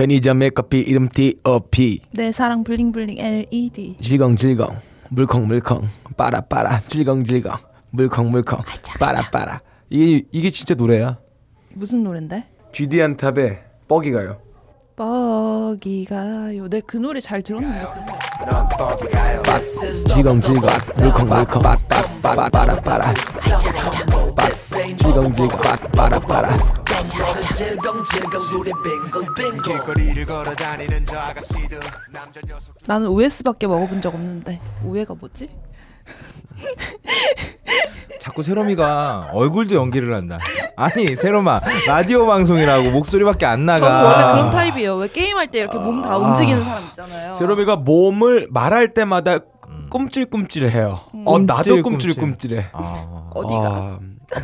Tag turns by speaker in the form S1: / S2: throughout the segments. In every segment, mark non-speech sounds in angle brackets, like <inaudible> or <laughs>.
S1: 편의점의 커피 이름 TOP
S2: 내 사랑 블링블링 E LED
S1: 질겅질겅 물컹물컹 빠라빠라 질겅질겅 물컹물컹 빠라빠라 이게 이게 진짜 노래야
S2: 무슨 노랜데?
S1: 귀디안탑의 뻐기가요
S2: 뻐기가요 내가 그 노래 잘 들었는데 그 노래.
S1: 질겅질겅 물컹물컹 빠라빠라 질겅질겅 빠라빠라
S2: 나는 OS밖에 먹어본 적 없는데 오해가 뭐지?
S3: 자꾸 세롬이가 얼굴도 연기를 한다. 아니 세롬아 라디오 방송이라고 목소리밖에 안 나가.
S2: 저는 어, 원래 그런 타입이에요 왜 게임할 때 이렇게 몸
S1: 아.
S2: 다 움직이는 사람 있잖아요
S1: 세롬이가 몸을 말할 때마다 꿈찔꿈찔해요 어 나도 꿈찔꿈찔해
S3: 아,
S1: 어디가?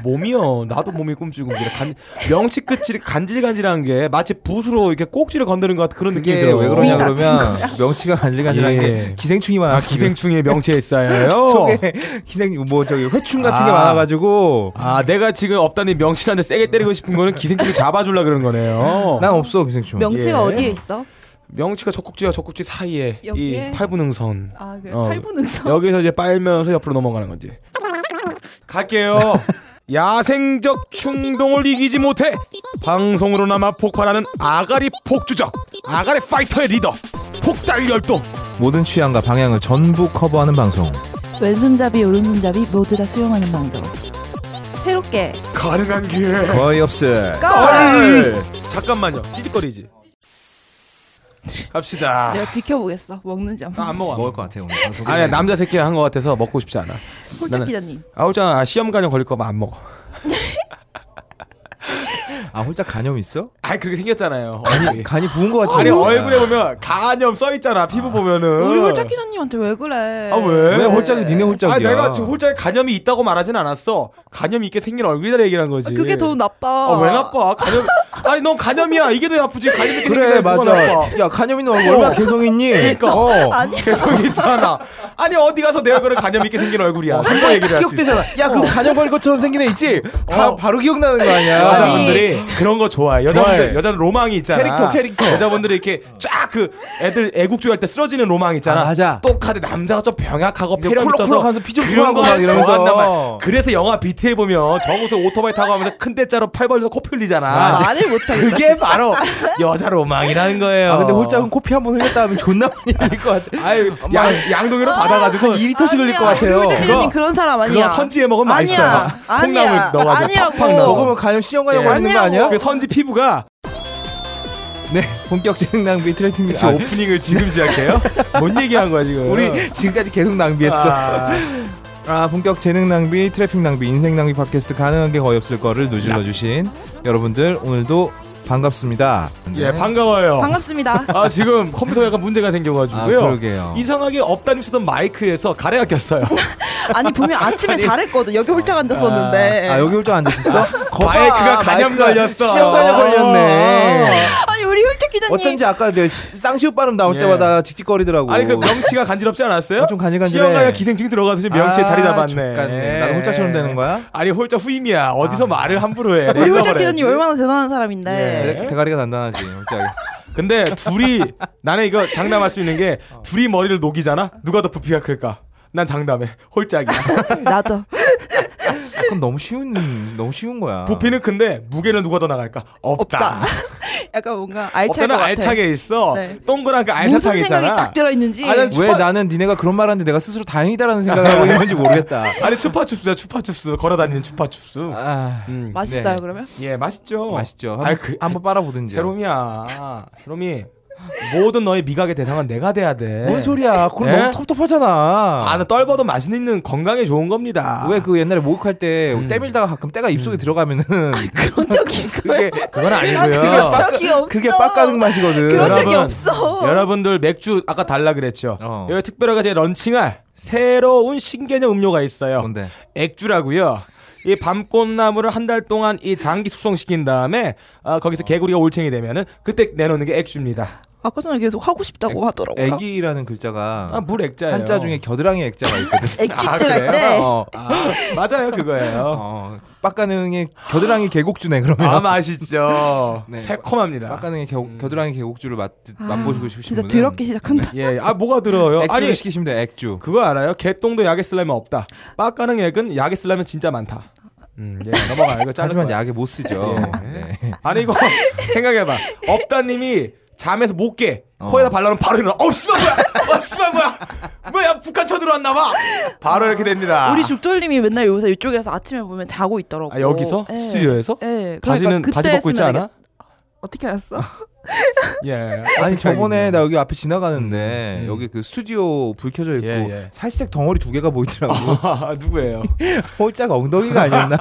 S1: 몸이요. 나도 몸이 꿈찔꿈찔해. 간, 명치 끝이 간질간질한 게 마치 붓으로 이렇게 꼭지를 건드는 것 같은 그런 느낌이
S3: 이게
S1: 들어요.
S3: 왜 그러냐
S2: 다친
S3: 그러면 명치가 간질간질한
S1: 예.
S3: 게 기생충이
S1: 아,
S3: 많아서 그래요.
S1: 기생충이 명치에 쌓여요.
S3: 속에 기생 뭐 저기 회충 같은 게
S1: 아.
S3: 많아가지고
S1: 아, 내가 지금 없다니 명치한테 세게 때리고 싶은 거는 기생충을 잡아주려 그런 거네요.
S3: 난 없어 기생충.
S2: 명치가
S1: 예.
S2: 어디에 있어?
S1: 명치가 젖꼭지와 젖꼭지 사이에
S2: 여기에?
S1: 이 팔분응선.
S2: 아 그래
S1: 어.
S2: 팔분응선
S1: 여기서 이제 빨면서 옆으로 넘어가는 거지. 갈게요. 야생적 충동을 이기지 못해 방송으로나마 폭발하는 아가리 폭주적 아가리 파이터의 리더 폭달 열도
S3: 모든 취향과 방향을 전부 커버하는 방송.
S2: 왼손잡이 오른손잡이 모두 다 수용하는 방송 새롭게
S1: 가능한 기회
S3: 거의 없을.
S1: 걸 잠깐만요 찌직거리지 갑시다
S2: 내가 지켜보겠어 먹는지 안
S1: 아, 안
S2: 먹는지
S1: 먹어
S3: 먹을 것 같아 오늘 방송.
S1: 아니야 남자 새끼랑 한거 같아서 먹고 싶지 않아
S2: 홀짝
S1: 나는-
S2: 기자님
S1: 네. 아우잖아 아, 시험관염 걸릴 거면 안 먹어
S3: 아 혼자 간염 있어?
S1: 아니 그렇게 생겼잖아요
S3: 아니 간이 부은 것 같아.
S1: 아니 얼굴에 보면 간염 써 있잖아 피부 보면은
S2: 우리 홀짝 기자님한테 왜 그래
S1: 어. 아 왜?
S3: 왜 홀짝이 니네 홀짝이야?
S1: 아 내가 지금 홀짝에 간염이 있다고 말하진 않았어. 간염이 있게 생긴 얼굴이라 얘기한 거지.
S2: 그게 더 나빠
S1: 아, 왜 나빠? 간염. 아니 넌 간염이야. 이게 더 나쁘지. 간염 있게
S3: 그러니까 그래
S1: 생긴
S3: 맞아. 야 간염 있는 얼굴 얼마나 개성 있니? 그러니까. 어.
S2: 아니
S1: 계속 있잖아. 아니 어디 가서 내 얼굴은 간염 있게 생긴 얼굴이야.
S3: 어,
S1: 한번 얘기를 할수 있어.
S3: 기억되잖아. 야, 그 간염 걸린 것처럼 생긴 애 있지? 다,
S1: 어.
S3: 바로 기억나는 거 어, 아니야? 네.
S1: 여자분들이 그런 거 좋아해. 여자분들
S3: 좋아해.
S1: 여자는 로망이 있잖아.
S3: 캐릭터, 캐릭터.
S1: 여자분들이 이렇게 쫙 그 애들 애국주의 할때 쓰러지는 로망 있잖아.
S3: 아, 맞아.
S1: 똑하대 남자가 좀 병약하고
S3: 이제
S1: 폐렴 있어서
S3: 쿨럭쿨럭하면서 피 좀
S1: 그런
S3: 토하고
S1: 거
S3: 막
S1: 좋
S3: 이러면서.
S1: 아한단 말. 그래서 영화 BT에 보면 정우성 오토바이 타고 가면서 큰 대자로 팔 벌려서 코 풀리잖아.
S3: 아,
S2: 말을 못하겠다
S1: 그게 바로 여자 로망이라는 거예요.
S3: 아, 근데 홀짝은 코피 한 번 흘렸다 하면 존나 많이 흘릴 것 같아.
S1: 아유, 양, 양동이로 받아가지고
S3: 2리터씩 흘릴 것
S2: 우리
S3: 같아요.
S2: 홀짝 기자님
S1: 그거-
S2: 그런 사람 아니야
S1: 그거 선지에 먹으면
S2: 아니야
S1: 맛있어.
S2: 아니야
S1: 콩나물 넣어가지고
S2: 아니라고
S1: 팍팍 넣어.
S3: 먹으면 간염 신형간염
S1: 예.
S3: 걸리는 거 아니야? 뭐.
S1: 그 선지 피부가
S3: 네, 본격 재능 낭비 트래킹
S1: 혹시
S3: 미션.
S1: 오프닝을 지금 시작해요? 뭔 얘기한 거야 지금? 아,
S3: 우리 지금까지 계속 낭비했어. 아. 본격 재능 낭비, 트래핑 낭비, 인생 낭비 팟캐스트 가능한 게 거의 없을 거를 누질러 주신 여러분들 오늘도 반갑습니다.
S1: 예 반가워요.
S2: 반갑습니다
S1: 아 지금 컴퓨터 약간 문제가 생겨가지고요.
S3: 아, 그러게요.
S1: 이상하게 업다님 쓰던 마이크에서 가래가 꼈어요.
S2: 아니 분명 아침에 잘했거든 여기 홀짝 앉았었는데
S3: 아 여기 홀짝 앉았었어? 거봐,
S1: 예. 마이크가 간염
S3: 마이크가
S1: 걸렸어.
S3: 시험 간염 걸렸네.
S2: 아니 우리 홀짝 기자님
S3: 어쩐지 아까 내 쌍시옷 발음 나올
S1: 예.
S3: 때마다 직직거리더라고.
S1: 아니 그 명치가 간지럽지 않았어요?
S3: 아, 좀 간질간질해.
S1: 시험가야 기생충이 들어가서 지금 명치에
S3: 아,
S1: 자리 잡았네.
S3: 족같네. 나도 홀짝처럼 되는 거야? 아.
S1: 아니 홀짝 후임이야. 어디서 말을 함부로 해.
S2: 우리 홀짝
S1: 냉정을 해야지.
S2: 기자님 얼마나 대단한 사람인데
S3: 네.
S1: 예?
S3: 대- 대가리가 단단하지. 아, 진짜.
S1: 근데 둘이 나는 이거 장담할 수 있는 게
S3: 어.
S1: 둘이 머리를 녹이잖아. 누가 더 부피가 클까? 난 장담해.
S3: 아.
S1: 홀짝이야.
S2: 나도
S3: 약간 너무 쉬운 너무 쉬운 거야.
S1: 부피는 큰데 무게는 누가 더 나갈까? 없다.
S2: 없다. 약간 뭔가 알찰
S1: 없다는
S2: 것 같아
S1: 알차게 있어.
S2: 네.
S1: 동그란 그
S2: 무슨
S1: 알사탕
S2: 생각이
S1: 있잖아.
S2: 딱 들어있는지
S1: 아, 난
S3: 왜
S1: 추파-
S3: 나는 니네가 그런 말하는데 내가 스스로 다행이다라는
S1: <laughs>
S3: 생각을 하고 있는 건지 모르겠다.
S1: 아니 추파춥스야 추파춥스 걸어다니는 추파춥스.
S3: 아,
S1: 음.
S2: 맛있어요
S3: 네.
S2: 그러면? <laughs>
S1: 예 맛있죠.
S3: 맛있죠.
S1: 아니,
S3: 한번,
S1: 그-
S3: 한번 빨아보든지.
S1: 세롬이야. 세롬이 모든 너의 미각의 대상은 내가 돼야 돼.
S3: 뭔 소리야? 그건
S1: 네?
S3: 너무 텁텁하잖아.
S1: 아나 떨버도 맛있는 건강에 좋은 겁니다.
S3: 왜 그 옛날에 목욕할 때
S1: 음.
S3: 때밀다가 가끔 때가 입속에 들어가면은
S2: 그런 적이 있어요?
S3: 그게
S1: 그건
S2: 그런
S1: 아니고요.
S2: 적이 없어
S3: 그게 빡가는 맛이거든.
S2: 그런 적이
S1: 여러분,
S2: 없어
S1: 여러분들 맥주 아까 달라 그랬죠.
S3: 어.
S1: 여기 특별하게 제 런칭할 새로운 신개념 음료가 있어요.
S3: 뭔데?
S1: 액주라고요. 이 밤꽃나무를 한 달
S3: 어.
S1: 동안 이 장기 숙성시킨 다음에 아, 거기서 개구리가 올챙이 되면은 그때 내놓는 게 액주입니다.
S2: 아까 전에 계속 하고 싶다고 하더라고요.
S3: 애기라는 글자가
S1: 어. 아, 물 액자예요.
S3: 어. 한자 중에 겨드랑이 액자가 있거든.
S1: <laughs> 아,
S2: 액주증
S1: 그래요?
S2: 할 때.
S3: 어,
S1: 아, 맞아요 그거예요.
S3: 어, 빡가능의 겨드랑이 계곡주네 그러면.
S1: 아 맛있죠.
S3: 어. 네.
S1: 새콤합니다.
S3: <laughs> 빡가능의 겨,
S1: 음.
S3: 겨드랑이 계곡주를 맛,
S2: 아,
S3: 맛보시고 싶으신
S2: 진짜
S3: 분은
S2: 더럽기 시작한다.
S1: 예, 아 뭐가 들어요?
S3: 액주를
S1: 아니
S3: 시키시면 돼요. 액주.
S1: 그거 알아요? 개똥도 약에 쓰려면 없다. 빡가는 액은 약에 쓰려면 진짜 많다. 음, 예, 넘어가. 이거 짜증
S3: 하지만
S1: 거야.
S3: 약에 못 쓰죠.
S1: 예.
S3: 네.
S1: 아니 이거 <laughs> 생각해봐. 없다님이 잠에서 못 깨.
S3: 어.
S1: 코에다 발라놓으면 바로 일어나. 어, 심한 거야. 어, 심한 거야. 뭐야, 북한 쳐들어왔나 봐. 바로 이렇게 됩니다.
S2: 우리 죽돌님이 맨날 요새 이쪽에서 아침에 보면 자고 있더라고.
S1: 아, 여기서?
S2: 예.
S1: 스튜디오에서?
S2: 예. 그러니까
S1: 바지는
S2: 그때
S1: 바지 벗고 있지
S2: 했으면
S1: 않아? 아,
S2: 어떻게 알았어?
S1: 예.
S3: 아니 저번에
S1: 알겠네요.
S3: 나 여기 앞에 지나가는데
S1: 음, 음.
S3: 여기 그 스튜디오 불 켜져 있고
S1: 예, 예.
S3: 살색 덩어리 두
S1: <laughs>
S3: 개가 보이더라고.
S1: 아, 누구예요?
S3: 홀짝 엉덩이가 아니었나?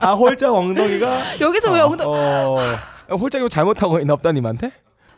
S1: 아, 홀짝 엉덩이가
S2: 여기서 왜 엉덩?
S1: 어, 어, 홀짝이 뭐 잘못하고 있나 없다님한테?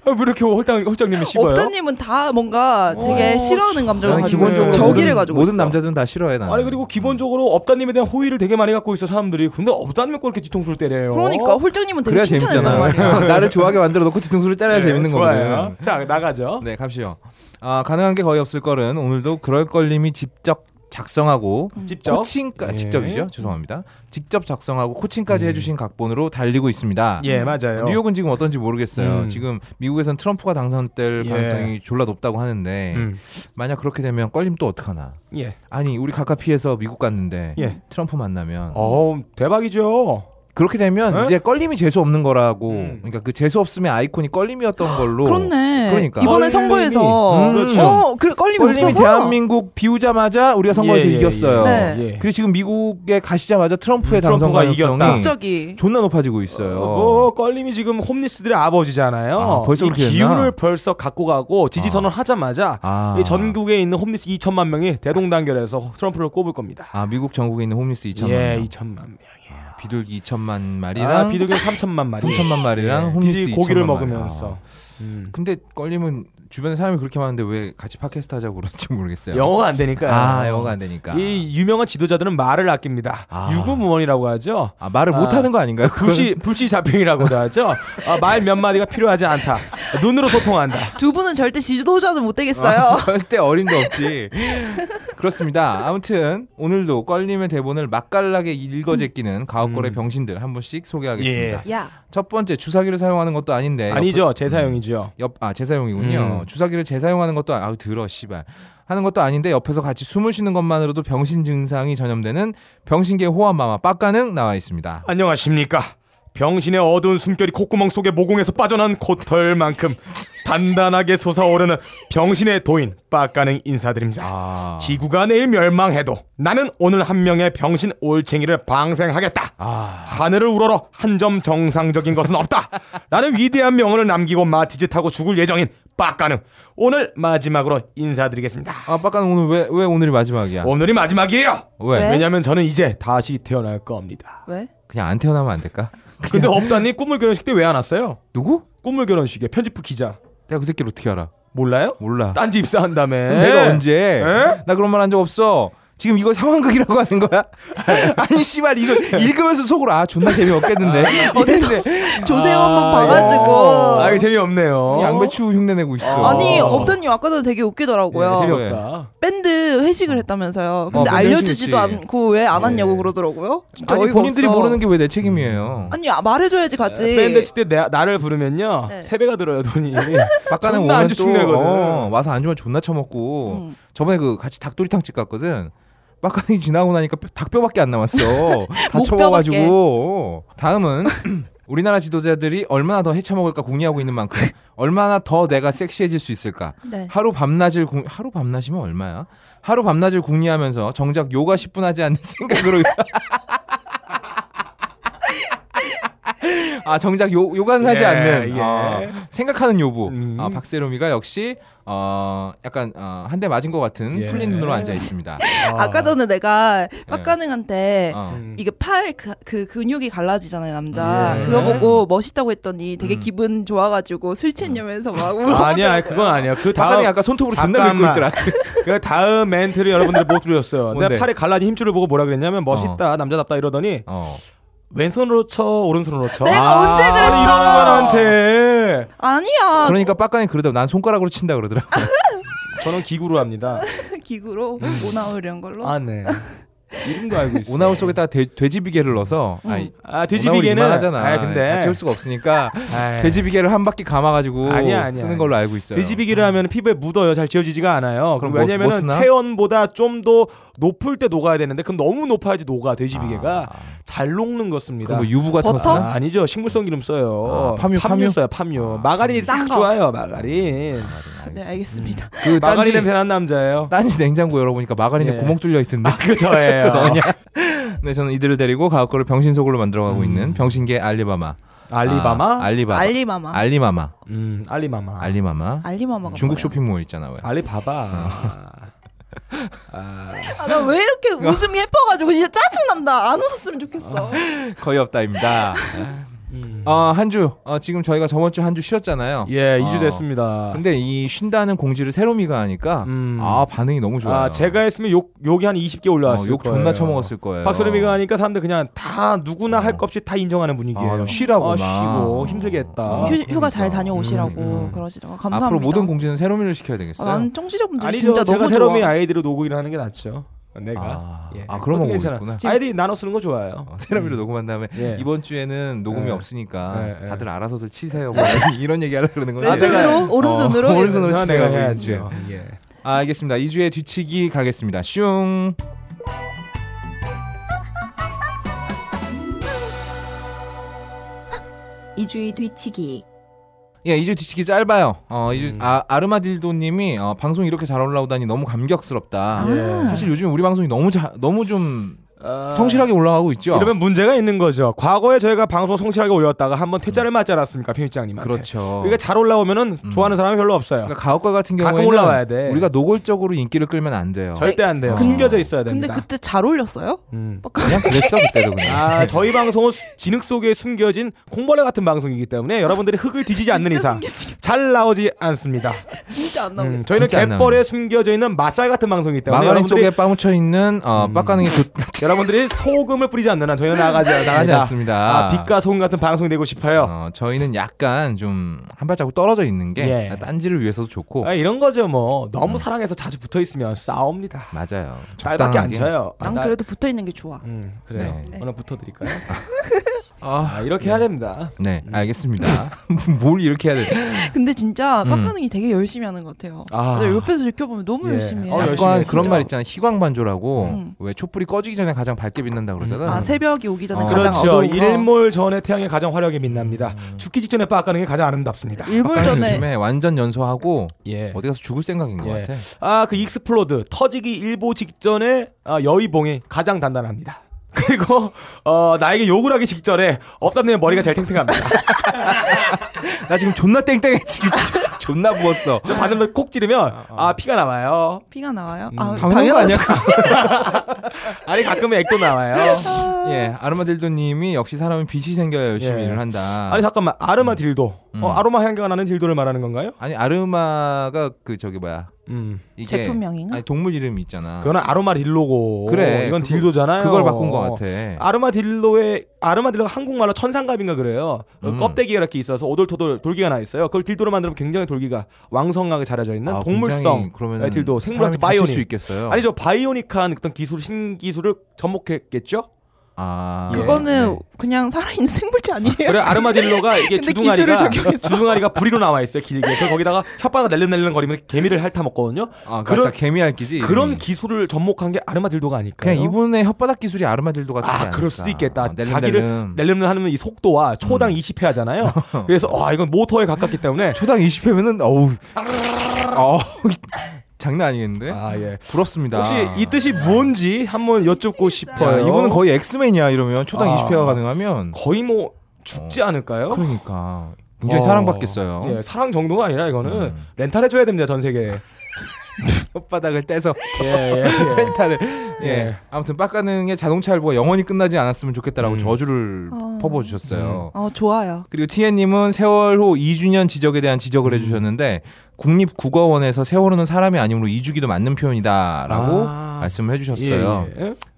S1: 아, 왜 이렇게 홀짝 홀짝님이 씹어요?
S2: 업자님은 다 뭔가 되게
S1: 어,
S2: 싫어하는 감정을
S1: 나는
S2: 가지고 있어.
S1: 기본적으로
S2: 저기를 가지고
S3: 모든
S2: 있어.
S3: 남자들은 다 싫어해 나.
S1: 아니 그리고 기본적으로 업다님에 대한 호의를 되게 많이 갖고 있어 사람들이. 근데 업다님을 꼭 이렇게 뒤통수를 때려요. 어?
S2: 그러니까 홀장님은 되게
S3: 그래야
S2: 칭찬했단 말이야.
S3: 재밌잖아. <laughs> 나를 좋아하게 만들어 놓고 뒤통수를 때려야 재밌는
S1: 네, 좋아요.
S3: 거거든.
S1: 자 나가죠.
S3: 네, 갑시오. 아, 가능한 게 거의 없을 걸은 오늘도 그럴 걸님이 직접 작성하고
S1: 직접.
S3: 코칭까
S1: 예. 음.
S3: 직접이죠. 죄송합니다. 직접 작성하고 코칭까지 해주신 각본으로 달리고 있습니다.
S1: 예 맞아요.
S3: 뉴욕은 지금 어떤지 모르겠어요.
S1: 음.
S3: 지금 미국에선 트럼프가 당선될
S1: 예.
S3: 가능성이 졸라 높다고 하는데
S1: 음.
S3: 만약 그렇게 되면 껄림 또 어떡하나?
S1: 예.
S3: 아니 우리 각각 피해서 미국 갔는데
S1: 예.
S3: 트럼프 만나면
S1: 어 대박이죠.
S3: 그렇게 되면
S1: 에?
S3: 이제 껄림이 재수 없는 거라고
S1: 네? 음.
S3: 그러니까 그 재수 없음의 아이콘이 껄림이었던 걸로
S2: 그렇네.
S3: 그러니까.
S2: 이번에
S1: 껄림이-
S2: 선거에서
S3: 음, 그렇죠.
S2: 어, 그래 껄림이
S3: 껄림이
S2: 없어서
S3: 대한민국 비우자마자 우리가 선거에서
S1: 예, 예,
S3: 이겼어요.
S2: 네.
S1: 예.
S3: 그리고 지금 미국에 가시자마자 트럼프의
S1: 음,
S3: 당선
S1: 트럼프가
S3: 가능성이
S1: 이겼다.
S2: 갑자기
S3: 존나 높아지고 있어요.
S1: 뭐 껄림이 지금 홈리스들의 아버지잖아요.
S3: 아, 벌써
S1: 이
S3: 그렇게 됐나?
S1: 기운을 벌써 갖고 가고 지지 선언 하자마자
S3: 아.
S1: 이 전국에 있는 홈리스 2천만 명이 대동단결해서 트럼프를 꼽을 겁니다.
S3: 아 미국 전국에 있는 홈리스 2천만
S1: 예,
S3: 명, 아,
S1: 2천만 명이.
S3: 비둘기 2천만 마리랑
S1: 아, 비둘기
S3: <laughs>
S1: 3천만 마리. 예.
S3: 3천만 마리랑 홈리스
S1: 비둘기
S3: 2천만
S1: 고기를
S3: 마리.
S1: 먹으면서.
S3: 아.
S1: 음.
S3: 근데 껄림은 주변에 사람이 그렇게 많은데 왜 같이 팟캐스트 하자고 그런지 모르겠어요.
S1: 영어가 안 되니까요.
S3: 아 영어가 안 되니까.
S1: 이 유명한 지도자들은 말을 아낍니다.
S3: 아.
S1: 유구무원이라고 하죠.
S3: 아 말을
S1: 아,
S3: 못하는 거 아닌가요?
S1: 불시 불시 자평이라고도 하죠. 아, 말 몇 마디가 필요하지 않다. 눈으로 소통한다.
S2: 두 분은 절대 지도자는 못 되겠어요.
S3: 아, <laughs>
S1: 아.
S3: 절대 어림도 없지. 그렇습니다. 아무튼 오늘도 껄림의 대본을 맛깔나게 읽어제끼는 가옥걸의
S1: 음.
S3: 병신들 한 분씩 소개하겠습니다.
S1: 예.
S2: <laughs> 야,
S3: 첫 번째 주사기를 사용하는 것도 아닌데
S1: 아니죠. 재사용이죠.
S3: 옆 아 재사용이군요.
S1: 음.
S3: 주사기를 재사용하는 것도 아- 아우 들어 씨발 하는 것도 아닌데 옆에서 같이 숨을 쉬는 것만으로도 병신 증상이 전염되는 병신계 호환마마 빡가능 나와 있습니다.
S1: 안녕하십니까. 병신의 어두운 숨결이 콧구멍 속에 모공에서 빠져난 코털만큼 단단하게 솟아오르는 병신의 도인 빡가능 인사드립니다.
S3: 아,
S1: 지구가 내일 멸망해도 나는 오늘 한 명의 병신 올챙이를 방생하겠다.
S3: 아
S1: 하늘을 우러러 한 점 정상적인 것은
S3: <laughs>
S1: 없다. 라는 위대한 명언을 남기고 마티즈 타고 죽을 예정인 빡가능. 오늘 마지막으로 인사드리겠습니다.
S3: 아, 빡가능 오늘 왜 왜 오늘이 마지막이야?
S1: 오늘이 마지막이에요.
S3: 왜?
S2: 네?
S1: 왜냐면 저는 이제 다시 태어날 겁니다.
S2: 왜?
S3: 그냥 안 태어나면 안 될까?
S1: 근데 업다니 꿈물 결혼식 때 왜 안 왔어요?
S3: 누구?
S1: 꿈물 결혼식에 편집부 기자
S3: 내가 그 새끼를 어떻게 알아?
S1: 몰라요?
S3: 몰라.
S1: 딴지 입사한 다음에
S3: 내가
S1: 에?
S3: 언제? 나 그런 말 한 적 없어. 지금 이거 상황극이라고 하는 거야? <laughs> 아니 씨발 이거 읽으면서 속으로 아 존나 재미없겠는데.
S2: 어디서 조세호 한번
S1: 아,
S2: 봐가지고.
S1: 아 이거 재미없네요.
S3: 이 양배추 흉내내고 있어.
S2: 아니
S1: 어.
S2: 업다님 아까 전에 되게
S1: 예,
S2: 웃기더라고요.
S3: 네.
S1: 재미없다.
S2: 밴드 회식을 했다면서요. 근데
S3: 밴드
S2: 알려주지도
S3: 회식이지.
S2: 않고 왜 안 왔냐고
S1: 예.
S2: 그러더라고요. 진짜
S3: 아니
S2: 어이가
S3: 본인들이
S2: 없어.
S3: 모르는 게 왜 내 책임이에요?
S2: 아니 아, 말해줘야지 같이.
S1: 밴드 칠때 나를 부르면요
S2: 네.
S1: 세 배가 들어요 돈이. <laughs>
S3: 빡가는
S1: 존나
S3: 오면
S1: 안주
S3: 또
S1: 축내거든.
S3: 어, 와서 안주만 존나 처먹고
S2: 음.
S3: 저번에 그 같이 닭도리탕집 갔거든. 빡가능이 지나고 나니까 뼈- 닭뼈밖에 안
S2: <laughs>
S3: 남았어. 다
S2: 목뼈밖에.
S3: 처먹어가지고. 다음은 <clears throat> 우리나라 지도자들이 얼마나 더 헤쳐먹을까 궁리하고 있는 만큼 얼마나 더 내가 섹시해질 수 있을까.
S2: 네.
S3: 하루 밤낮을 궁 하루 밤낮이면 얼마야? 하루 밤낮을 궁리하면서 정작 요가 10분 하지 않는 <laughs> 생각으로 아 정작 요 요가는 하지
S1: 예,
S3: 않는
S1: 예.
S3: 아, 생각하는 요부
S1: 음.
S3: 아, 박세롬이가 역시 어 약간 어, 한 대 맞은 것 같은
S1: 예.
S3: 풀린 눈으로 앉아 있습니다.
S2: 아까 전에 내가 빡가능한테
S1: 아.
S3: 어.
S1: 음.
S2: 이게 팔 그 근육이 갈라지잖아요 남자
S1: 예.
S2: 그거 보고 멋있다고 했더니 되게
S3: 음.
S2: 기분 좋아가지고 술 취했냐면서 막 울어
S1: 음. 아니야 그건 아니야. 그
S3: 박하이
S1: 다음
S3: 아까 손톱으로 존나 밀고
S1: 잠깐만. <laughs>
S3: 있더라.
S1: 그 다음 멘트를 여러분들 못 들으셨어요.
S3: 뭔데?
S1: 내가 팔에 갈라진 힘줄을 보고 뭐라 그랬냐면 멋있다 남자답다 이러더니
S3: 어.
S1: 왼손으로 쳐 아, 오른손으로 쳐.
S2: 내가 언제 그랬어?
S1: 아니, 이런 사람한테
S2: 아니야. 아,
S3: 그러니까 빡간이 그러더라고. 난 손가락으로 친다 그러더라고.
S1: <laughs> 저는 기구로 합니다.
S2: 그 기구로 오나우 이런 걸로.
S1: 아 네. <laughs> 이름도 알고 있어요.
S2: 네.
S3: 오나홀 속에다가 돼, 돼지비계를 넣어서
S2: 음.
S3: 아니,
S1: 아
S3: 오나홀이
S1: 돼지비계는
S3: 이만하잖아.
S1: 아 근데
S3: 다 채울 수가 없으니까
S1: 아이,
S3: 돼지비계를 한 바퀴 감아가지고
S1: 아니야, 아니야,
S3: 쓰는 걸로 알고 있어요.
S1: 돼지비기를 하면 피부에 묻어요. 잘 지워지지가 않아요. 그럼
S3: 그럼 뭐-
S1: 왜냐면
S3: 뭐
S1: 은
S3: 쓰나?
S1: 체온보다 좀 더 높을 때 녹아야 되는데 그럼 너무 높아야지 녹아 돼지비계가
S3: 아,
S1: 잘 녹는 것습니다.
S3: 그럼 뭐 유부 같은 거
S2: 버터?
S3: 쓰나?
S1: 아, 아니죠 식물성 기름 써요.
S3: 아, 팜유, 팜유?
S1: 써요 팜유.
S3: 아.
S1: 마가린이 딱
S2: 싼 거.
S1: 좋아요 마가린.
S2: 네 알겠습니다.
S3: 그
S1: 마가린
S3: 딴지
S1: 냄새 나는 남자예요.
S3: 딴지 냉장고 열어보니까 마가린에
S1: 예.
S3: 구멍 뚫려 있던데.
S1: <laughs> 그 저예요.
S3: <laughs> 네, 저는 이들을 데리고 가옥거를 병신 속으로 만들어가고 있는 병신계 알리바마.
S1: 음. 알리바마.
S3: 아, 알리바바.
S2: 알리마마.
S3: 알리마마.
S1: 음 알리마마.
S3: 알리마마.
S1: 아,
S2: 알리마마가
S3: 중국
S2: 뭐야?
S3: 쇼핑몰 있잖아 왜.
S1: 알리바바. 아.
S2: 아, 나 왜 이렇게 웃음이 예뻐가지고 진짜 짜증난다. 안 웃었으면 좋겠어.
S3: 거의 없다입니다.
S1: 음.
S3: 어, 한주 어, 지금 저희가 저번 주 한 주 쉬었잖아요.
S1: 예, 2주
S3: 어,
S1: 됐습니다.
S3: 근데 이 쉰다는 공지를 세로미가 하니까
S1: 음.
S3: 아 반응이 너무 좋아요.
S1: 아, 제가 했으면 욕 욕이 한 20개
S3: 어,
S1: 올라왔을
S3: 욕
S1: 거예요.
S3: 존나 처먹었을 거예요.
S1: 박소림이가 하니까 사람들 그냥 다 누구나 할
S3: 네. 어.
S1: 것 없이 다 인정하는 분위기예요.
S3: 아, 쉬라고,
S1: 아,
S3: 나.
S1: 쉬고 힘들겠다.
S3: 아,
S2: 휴, 휴가 잘
S3: 그러니까.
S2: 다녀오시라고
S1: 음, 음.
S2: 그러시더라고. 감사합니다.
S3: 앞으로 모든 공지는 세로미를 시켜야 되겠어요.
S2: 아, 난 청취자분들이
S1: 아니죠.
S2: 진짜
S1: 제가
S2: 너무
S1: 새로미
S2: 좋아.
S1: 아이디로 녹음을 하는 게 낫죠. 내가.
S3: 아,
S1: 예.
S3: 아, 그런 거
S1: 그것도 괜찮아.
S3: 보겠구나.
S1: 아이디 나눠 쓰는 거 좋아요.
S3: 어, 세로미로 녹음한 다음에
S1: 예.
S3: 이번 주에는 녹음이
S1: 예.
S3: 없으니까
S1: 예, 아, 예.
S3: 다들 알아서들 치세요. 뭐 <laughs> 이런 얘기 하려고 그러는 거지.
S2: 왼손으로 오른손으로
S3: 아, 어, 오른손으로
S1: 그건
S3: 치세요.
S1: 내가
S3: 이제.
S1: 네, 해야죠. 예.
S3: 아, 알겠습니다. 2주의 뒤치기 가겠습니다. 슝.
S4: 이주의 뒤치기
S3: 예, 2주 뒤치기 짧아요. 어, 2주
S1: 음.
S3: 아, 아르마딜도 님이 어, 방송 이렇게 잘 올라오다니 너무
S2: 아,
S3: 감격스럽다.
S1: 예.
S3: 사실 요즘에 우리 방송이 너무 자, 너무 좀
S1: 아,
S3: 성실하게 올라가고 있죠.
S1: 이러면 문제가 있는 거죠. 과거에 저희가 방송 성실하게 올렸다가 한번 퇴짜를 맞지 않았습니까, 편집장님한테.
S3: 음. 그렇죠.
S1: 그러니까 잘 올라오면은
S3: 음.
S1: 좋아하는 사람이 별로 없어요.
S3: 그러니까 가옥과 같은
S1: 가끔
S3: 경우에는
S1: 올라와야 돼.
S3: 우리가 노골적으로 인기를 끌면 안 돼요.
S1: 절대 안 돼요.
S3: 아.
S1: 숨겨져 있어야
S2: 근데
S1: 됩니다.
S2: 그때 잘 올렸어요?
S1: 음.
S3: <laughs> 그냥 그랬어 그때도 그냥.
S2: 네.
S1: 아, 저희 방송은 수- 진흙 속에 숨겨진 콩벌레 같은 방송이기 때문에 여러분들이 흙을 뒤지지 않는
S2: 진짜
S1: 이상
S2: 숨겨지게- <laughs>
S1: 잘 나오지 않습니다.
S2: 진짜 안 나오겠다.
S1: 음, 저희는
S3: 진짜 안
S1: 갯벌에 숨겨져 있는 맛살 같은 방송이기 때문에 네,
S3: 마가린
S1: 여러분들이 음,
S3: 속에 빠무쳐 있는 어, 빡가능이 좋
S1: <laughs> 여러분들이 소금을 뿌리지 않는 한 저희는 나가지
S3: <laughs> 나가지
S1: 않습니다.
S3: 않습니다.
S1: 아, 빛과 소금 같은 방송이 되고 싶어요.
S3: 어, 저희는 약간 좀 한 발자국 떨어져 있는 게
S1: 예.
S3: 딴지를 위해서도 좋고
S1: 아, 이런 거죠 뭐 너무 사랑해서 자주 붙어 있으면 싸웁니다.
S3: 맞아요.
S1: 딸밖에 안
S3: 음. 적당하게.
S1: 쳐요. 아,
S2: 난
S1: 딸-
S2: 그래도 붙어 있는 게 좋아.
S1: 음, 그래요.
S3: 네.
S2: 네.
S1: 오늘 붙어드릴까요?
S3: 아,
S1: 아, 이렇게 해야 됩니다.
S3: 네, 알겠습니다. <laughs> 뭘 이렇게 해야 돼?
S2: 근데 진짜
S3: 음.
S2: 빡가능이 되게 열심히 하는 것 같아요.
S1: 아.
S2: 근데 옆에서 지켜보면 너무
S1: 예.
S2: 열심히 해요.
S1: 어, 열심히
S3: 약간
S1: 했습니다.
S3: 그런 말 있잖아. 희광반조라고
S2: 음.
S3: 왜 촛불이 꺼지기 전에 가장 밝게 빛난다 그러잖아.
S2: 아 새벽이 오기 전에
S3: 어.
S2: 가장
S1: 그렇죠.
S2: 어두운 거.
S1: 일몰 전에 태양이 가장 화려하게 빛납니다.
S3: 음.
S1: 죽기 직전에 빠가는 게 가장 아름답습니다.
S2: 일몰
S3: 빡가는
S2: 전에
S3: 요즘에 완전 연소하고
S1: 예.
S3: 어디 가서 죽을 생각인 것
S1: 예.
S3: 같아.
S1: 아 그 익스플로드 터지기 일보 직전에 아, 여의봉이 가장 단단합니다. <laughs> 그리고 어, 나에게 욕을 하기 직전에 업담님 머리가 제일 탱탱합니다. <laughs>
S3: 나 지금 존나 땡땡해 지금 존나 부었어.
S1: 저 반응을 콕
S3: 어,
S1: 찌르면 아 피가 나와요.
S2: 피가 나와요. 아
S3: 음. 당연한 거 아니야?
S2: 당연하죠.
S1: 아니 가끔은 액도 나와요.
S3: <laughs> 예, 아르마딜도님이 역시 사람은 빛이 생겨야 열심히
S1: 예.
S3: 일을 한다.
S1: 아니
S3: 아니,
S1: 잠깐만 아르마 딜도
S3: 음.
S1: 어, 아로마 향기가 나는 딜도를 말하는 건가요?
S3: 아르마가 그 저기 뭐야
S1: 음
S3: 이게
S2: 제품명인가?
S3: 아니 동물 이름이 있잖아.
S1: 그거는 아로마 딜로고
S3: 그래,
S1: 이건
S3: 그거-
S1: 딜도잖아요.
S3: 그걸 바꾼 것 같아.
S1: 아르마 딜로의 아르마 딜로가 한국말로 천상갑인가 그래요. 그
S3: 음.
S1: 껍데기가 이렇게 있어서 오돌토돌 돌기가 나 있어요. 그걸 딜도로 만들면 굉장히 돌기가 왕성하게 자라져 있는
S3: 아,
S1: 동물성
S3: 굉장히 그러면은
S1: 네, 딜도 생물학적
S3: 사람이 다칠 수
S1: 바이오닉.
S3: 있겠어요.
S1: 아니죠 바이오닉한 어떤 기술 신기술을
S2: <laughs>
S1: 접목했겠죠.
S3: 아,
S2: 그거는
S3: 네.
S2: 그냥 살아있는 생물체 아니에요?
S1: 그래 아르마딜로가 이게
S2: 근데
S1: 주둥아리가
S2: 기술을 적용해서.
S1: 주둥아리가 부리로 나와 있어요 길게. 그래서 거기다가 혓바닥 날름날름 거리면서 개미를 핥아 먹거든요.
S3: 아, 그런
S1: 그런-
S3: 개미알기지.
S1: 그런
S3: 이름이.
S1: 기술을 접목한 게 아르마딜도가 아닐까요?
S3: 그냥 이분의 혓바닥 기술이 아르마딜도 어, 같은
S1: 아, 그럴 수도 있겠다.
S3: 자기를
S1: 자기를 낼름을 하는 이 속도와 초당
S3: 음.
S1: 20회
S3: <laughs>
S1: 하잖아요. 그래서 와 이건 모터에 가깝기 때문에
S3: 초당
S1: <laughs>
S3: 20회면은 어우, 어 장난 아니겠는데?
S1: 아 예.
S3: 부럽습니다.
S1: 혹시 이 뜻이 뭔지 한번 여쭙고 싶어요.
S3: 야, 이분은 거의 엑스맨이야 이러면 초당
S1: 아.
S3: 20회가 가능하면
S1: 거의 뭐 죽지 않을까요?
S3: 그러니까 어. 굉장히
S1: 어.
S3: 사랑받겠어요.
S1: 예, 사랑 정도가 아니라 이거는
S3: 음.
S1: 렌탈해 줘야 됩니다 전
S3: <laughs>
S1: 세계에.
S3: 혓바닥을 <laughs> 떼서
S1: 예, 예, 예.
S3: 펜타를 예.
S1: 예.
S3: 아무튼 빡가능의 자동차 할부가 영원히 끝나지 않았으면 좋겠다라고
S1: 음.
S3: 저주를
S2: 어.
S3: 퍼부어주셨어요.
S2: 어 좋아요.
S3: 그리고 티엔님은 세월 호 2주년 지적에 대한 지적을 해주셨는데 국립국어원에서 세월호는 사람이 아니므로 2주기도 맞는 표현이다라고
S1: 아. 예,
S3: 말씀을 해주셨어요.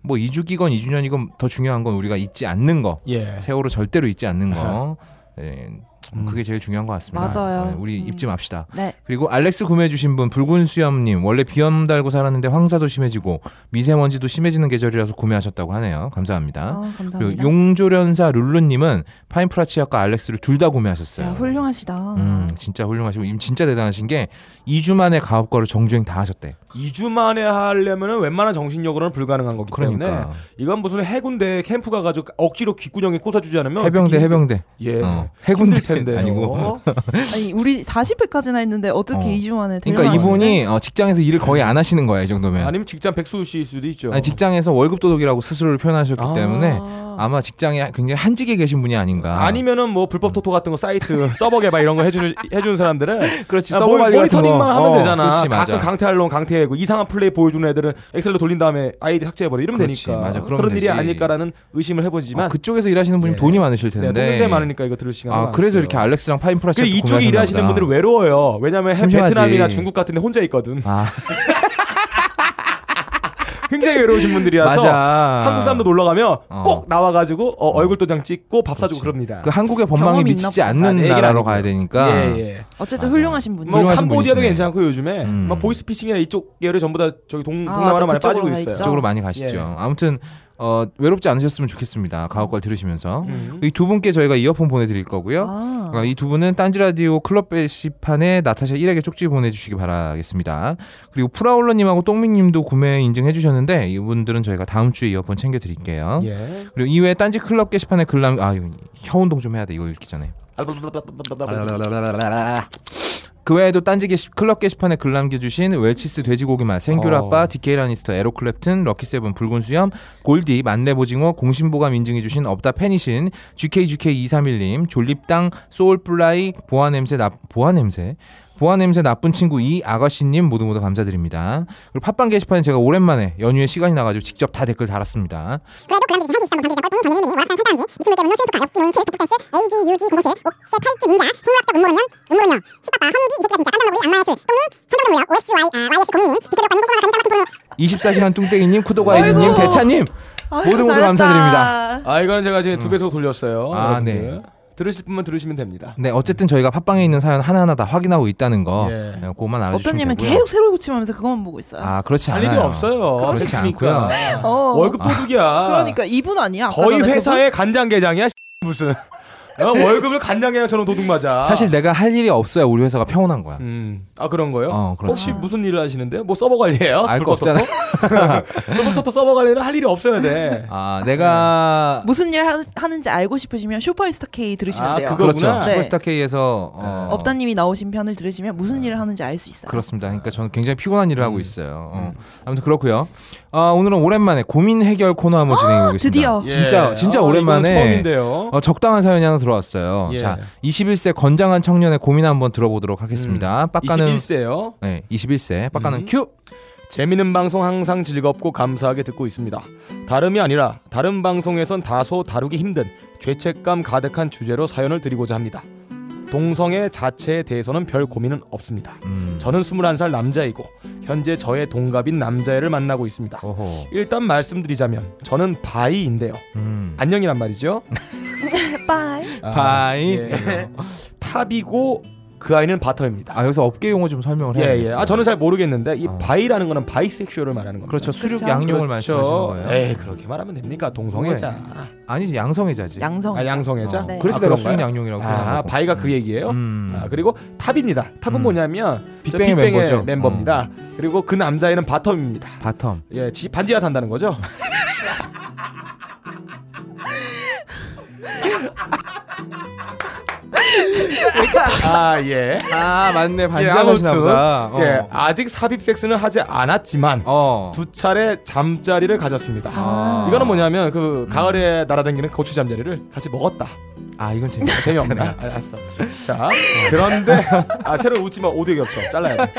S3: 뭐 2주기건 2주년이건 더 중요한 건 우리가 잊지 않는 거
S1: 예. 예. 네.
S3: 세월호 절대로 잊지 않는 거 예,
S1: 음.
S3: 그게 제일 중요한 것 같습니다.
S2: 맞아요.
S3: 네, 우리
S2: 음.
S3: 입지 맙시다.
S2: 네.
S3: 그리고 알렉스 구매해주신 분 붉은 수염님 원래 비염 달고 살았는데 황사도 심해지고 미세먼지도 심해지는 계절이라서 구매하셨다고 하네요. 감사합니다.
S2: 아, 감사합니다.
S3: 어? 그리고 용조련사 룰루님은 파인프라치약과 알렉스를 둘 다 구매하셨어요.
S2: 야, 훌륭하시다.
S3: 음, 진짜 훌륭하시고 임 진짜 대단하신 게 2주 만에 가업거를 정주행 다 하셨대.
S1: 2주 만에 하려면은 웬만한 정신력으로는 불가능한 거기 때문에
S3: 그러니까
S1: 이건 무슨 해군대 캠프 가가지고 억지로 귓구녕에 꽂아주지 않으면
S3: 해병대
S1: 어, 특히-
S3: 해병대
S1: 예
S3: 어,
S1: 해군대
S3: 해군대
S1: 텐데
S3: 아니고.
S2: 아니 우리 40회까지나 했는데 어떻게
S3: 어.
S2: 2주 만에
S3: 그러니까
S2: 대단하시네.
S3: 이분이 어, 직장에서 일을 거의 안 하시는 거야 이 정도면.
S1: 아니면 직장 백수 씨일 수도 있죠.
S3: 아니, 직장에서 월급 도둑이라고 스스로를 표현하셨기
S1: 아.
S3: 때문에 아마 직장에 굉장히 한직에 계신 분이 아닌가.
S1: 아니면은 뭐 불법 토토 같은 거
S3: <laughs>
S1: 사이트 서버 개발 이런 거 해주는 해주는 사람들은
S3: 그렇지
S1: 야,
S3: 서버
S1: 뭐,
S3: 관리 같은
S1: 모니터링만
S3: 거.
S1: 하면
S3: 어,
S1: 되잖아.
S3: 그렇지, 맞아.
S1: 가끔 강퇴할론 강퇴하고 이상한 플레이 보여주는 애들은 엑셀로 돌린 다음에 아이디 삭제해버려 이러면
S3: 그렇지,
S1: 되니까
S3: 맞아, 그러면
S1: 그런 일이
S3: 되지.
S1: 아닐까라는 의심을 해보지만
S3: 어, 그쪽에서 일하시는 분이
S1: 네.
S3: 돈이 많으실 텐데.
S1: 네, 동네 많으니까 이거 들을 시간.
S3: 아 그래서 이렇게 알렉스랑 파인프라치.
S1: 그래 이쪽에 일하시는 분들은 외로워요. 왜냐면 해-
S3: 심심하지.
S1: 베트남이나 중국 같은데 혼자 있거든.
S3: 아
S1: <laughs> 굉장히 외로우신 분들이라서
S3: 맞아.
S1: 한국 사람들 놀러 가면
S3: 어.
S1: 꼭 나와가지고 어, 얼굴 도장 찍고 밥 사주고 그럽니다.
S3: 그 한국의 법망이
S2: 경험이
S3: 미치지
S2: 있나
S1: 아, 네,
S3: 않는
S1: 얘기는
S3: 나라로
S1: 아니고요.
S3: 가야 되니까.
S1: 예, 예.
S2: 어쨌든
S3: 맞아.
S2: 훌륭하신 분이.
S1: 뭐
S3: 그러니까 훌륭하신
S1: 캄보디아도
S3: 분이시네.
S1: 괜찮고 요즘에
S3: 음.
S1: 뭐 보이스 피싱이나 이쪽 계열이 전부 다 저기 동,
S2: 아,
S1: 동남아로
S2: 맞아.
S1: 많이 빠지고
S2: 그쪽으로 가
S1: 있어요.
S2: 있죠.
S3: 쪽으로 많이 가시죠.
S1: 예.
S3: 아무튼 어, 외롭지 않으셨으면 좋겠습니다. 가옥걸 들으시면서
S1: 음.
S3: 이 두 분께 저희가 이어폰 보내드릴 거고요.
S2: 아.
S3: 이 두 분은 딴지 라디오 클럽 게시판에 나타샤 1에게 쪽지 보내주시기 바라겠습니다. 그리고 프라울러님하고 똥민님도 구매 인증해주셨는데 이분들은 저희가 다음 주에 이어폰 챙겨드릴게요.
S1: 예.
S3: 그리고 이외에 딴지 클럽 게시판에 글남 아 이거 혀운동 좀 해야 돼 이거 읽기 전에. 그 외에도 딴지 게시, 클럽 게시판에 글 남겨주신 웰치스 돼지고기 맛 생귤아빠
S1: 어.
S3: 디케이 라니스터 에로클랩튼 럭키세븐 붉은 수염 골디 만렙오징어 공신보감 인증해주신 업다 팬이신 GKGK231님 졸립당 소울플라이 보아냄새 나 보아냄새 보아냄새 나쁜 친구 이 아가씨님 모두 모두 감사드립니다. 그리고 팟빵 게시판에 제가 오랜만에 연휴에 시간이 나가지고 직접 다 댓글 달았습니다.
S4: 그래도 그런 주식 한시 시장 관계자 뻘뿐이 전례님이 월상 상당지 미친놈 때문에 슈리프가 역지 운치 도프댄스 AG UG 907 옥세 탈주 ninja 생물학적 음모론년 음모론녀 시빠빠 한우기 이 새끼가 진짜 깜짝 놀이 악마의 술 또는 선정도 무역 OSY 아 YS 공인님 비켜적 관님 꼼꼼한 가림자 같은 프로
S3: 24시간 뚱땡이님 쿠도가이님
S2: 아이고.
S3: 대차님
S2: 아유,
S3: 모두 모두
S2: 잘했다.
S3: 감사드립니다.
S1: 아 이거는 제가 지금 두 배속 돌렸어요.
S3: 음. 아,
S1: 여러분들. 들으실 분만 들으시면 됩니다.
S3: 네, 어쨌든 저희가 팟빵에 있는 사연 하나하나 다 확인하고 있다는 거
S1: 예.
S3: 예. 그것만 알아주시면
S2: 어떤님은
S3: 되고요.
S2: 계속 새로 고침하면서 그것만 보고 있어요.
S3: 아 그렇지
S1: 할
S3: 않아요.
S1: 일이 없어요. 그러니까.
S3: 그렇지
S1: 어쨌으니까.
S3: 않고요.
S2: 어.
S1: 월급 도둑이야.
S2: 그러니까 이분 아니야? 아까
S1: 거의
S2: 전에
S1: 회사의 간장게장이야. 무슨 어,
S2: <laughs>
S1: 월급을 간장게장처럼 도둑 맞아.
S3: 사실 내가 할 일이 없어야 우리 회사가 평온한 거야.
S1: 음. 아 그런 거요?
S3: 어, 그렇지.
S1: 혹시 무슨 일을 하시는데요? 뭐 서버 관리예요?
S3: 알거 없잖아.
S1: 불법토토 서버 관리는 할 일이 없어야 돼.
S3: 아 내가
S2: 그분 무슨 일 하, 하는지 알고 싶으시면 슈퍼스타 K 들으시면 돼요.
S1: 뭐 그거-
S3: 그렇죠.
S1: 그거구나. 네.
S2: 네.
S3: 슈퍼스타 K에서 어,
S2: 업다님이 나오신 편을 들으시면 무슨 일을 하는지 알 수 있어요.
S3: 아, 그렇습니다. 그러니까 저는 굉장히 피곤한 일을
S1: 음.
S3: 하고 있어요. 어. 아무튼 그렇고요. 아, 오늘은 오랜만에 고민 해결 코너 한번 진행해 보겠습니다.
S2: 아, 드디어.
S1: 예.
S3: 진짜 진짜
S1: 아, 이건
S3: 오랜만에
S1: 처음인데요.
S3: 어, 적당한 사연이 하나 들어왔어요.
S1: 예.
S3: 자, 21세 건장한 청년의 고민 한번 들어보도록 하겠습니다. 빡가는
S1: 음. 21세요. 음.
S3: 네, 21세 빡가는 큐.
S1: 재미있는 방송 항상 즐겁고 감사하게 듣고 있습니다. 다름이 아니라 다른 방송에선 다소 다루기 힘든 죄책감 가득한 주제로 사연을 드리고자 합니다. 동성애 자체에 대해서는 별 고민은 없습니다.
S3: 음.
S1: 저는 21살 남자이고 현재 저의 동갑인 남자애를 만나고 있습니다.
S3: 어허.
S1: 일단 말씀드리자면 저는 바이인데요.
S3: 음.
S1: 안녕이란 말이죠.
S2: 빠이.
S1: 아,
S3: 바이.
S1: 예. 탑이고 그 아이는 바터입니다.
S3: <laughs> 아 여기서 업계 용어 좀 설명을 해야
S1: 예, 예. 아 저는 잘 모르겠는데 이
S3: 아.
S1: 바이라는 거는 바이섹슈얼을 말하는 겁니다.
S3: 그렇죠. 수륙
S2: 그렇죠.
S3: 양용을 말씀하시는
S1: 그렇죠.
S3: 거예요.
S1: 에이 그렇게 말하면 됩니까? 동성애자.
S3: 아니지 양성애자지.
S2: 양성.
S1: 아 양성애자.
S2: 네.
S3: 그래서
S1: 아,
S3: 내가
S1: 그런가요?
S3: 수륙 양용이라고.
S1: 아 바이가 그 얘기예요.
S3: 음.
S1: 아, 그리고 탑입니다. 탑은
S3: 음.
S1: 뭐냐면 저
S3: 빅뱅의 멤버죠. 음.
S1: 멤버입니다. 그리고 그 남자애는 바텀입니다.
S3: 바텀.
S1: 예, 지, 반지하 산다는 거죠? 아 예.
S3: 아 맞네
S1: 예,
S3: 반지하시나
S1: 아무튼,
S3: 보다. 어.
S1: 예, 아직 삽입 섹스는 하지 않았지만
S3: 어.
S1: 두 차례 잠자리를 가졌습니다.
S3: 아.
S1: 이거는 뭐냐면 그 가을에 날아다니는 고추 잠자리를 같이 먹었다.
S3: 아 이건
S1: <laughs>
S3: 재밌.
S1: 재미없네. 아, 알았어. 자, 그런데 아 새로 웃지 마. 오디오 겹쳐. 잘라야 돼.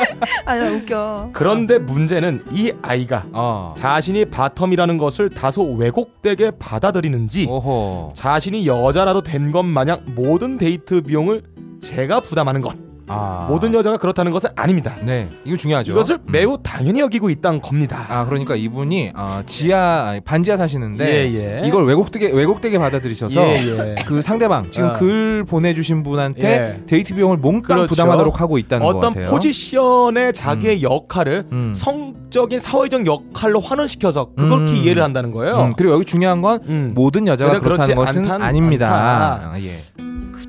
S2: 아나 웃겨.
S1: 그런데 문제는 이 아이가
S3: 어.
S1: 자신이 바텀이라는 것을 다소 왜곡되게
S3: 어.
S1: 받아들이는지
S3: 오호.
S1: 자신이 여자라도 된 것 마냥 모든 데이트 비용을 제가 부담하는 것
S3: 아.
S1: 모든 여자가 그렇다는 것은 아닙니다.
S3: 네, 이거 중요하죠.
S1: 이것을
S3: 음.
S1: 매우 당연히 여기고 있다는 겁니다.
S3: 아 그러니까 이분이 아, 지하 아니, 반지하 사시는데
S1: 예, 예.
S3: 이걸 왜곡되게 왜곡되게 받아들이셔서
S1: 예, 예.
S3: 그 상대방 지금
S1: 아.
S3: 글 보내주신 분한테
S1: 예.
S3: 데이트 비용을 몽땅
S1: 그렇죠.
S3: 부담하도록 하고 <laughs> 있다는 것
S1: 어떤
S3: 같아요.
S1: 포지션의 자기의 역할을
S3: 음.
S1: 성적인 사회적 역할로 환원시켜서 그렇게
S3: 음.
S1: 이해를 한다는 거예요.
S3: 음, 뭐 그리고 여기 중요한 건
S1: 음.
S3: 모든 여자가
S1: 그래, 그렇지
S3: 그렇다는 것은
S1: 않단-
S3: 아닙니다.
S1: 않다.
S3: 아, 예.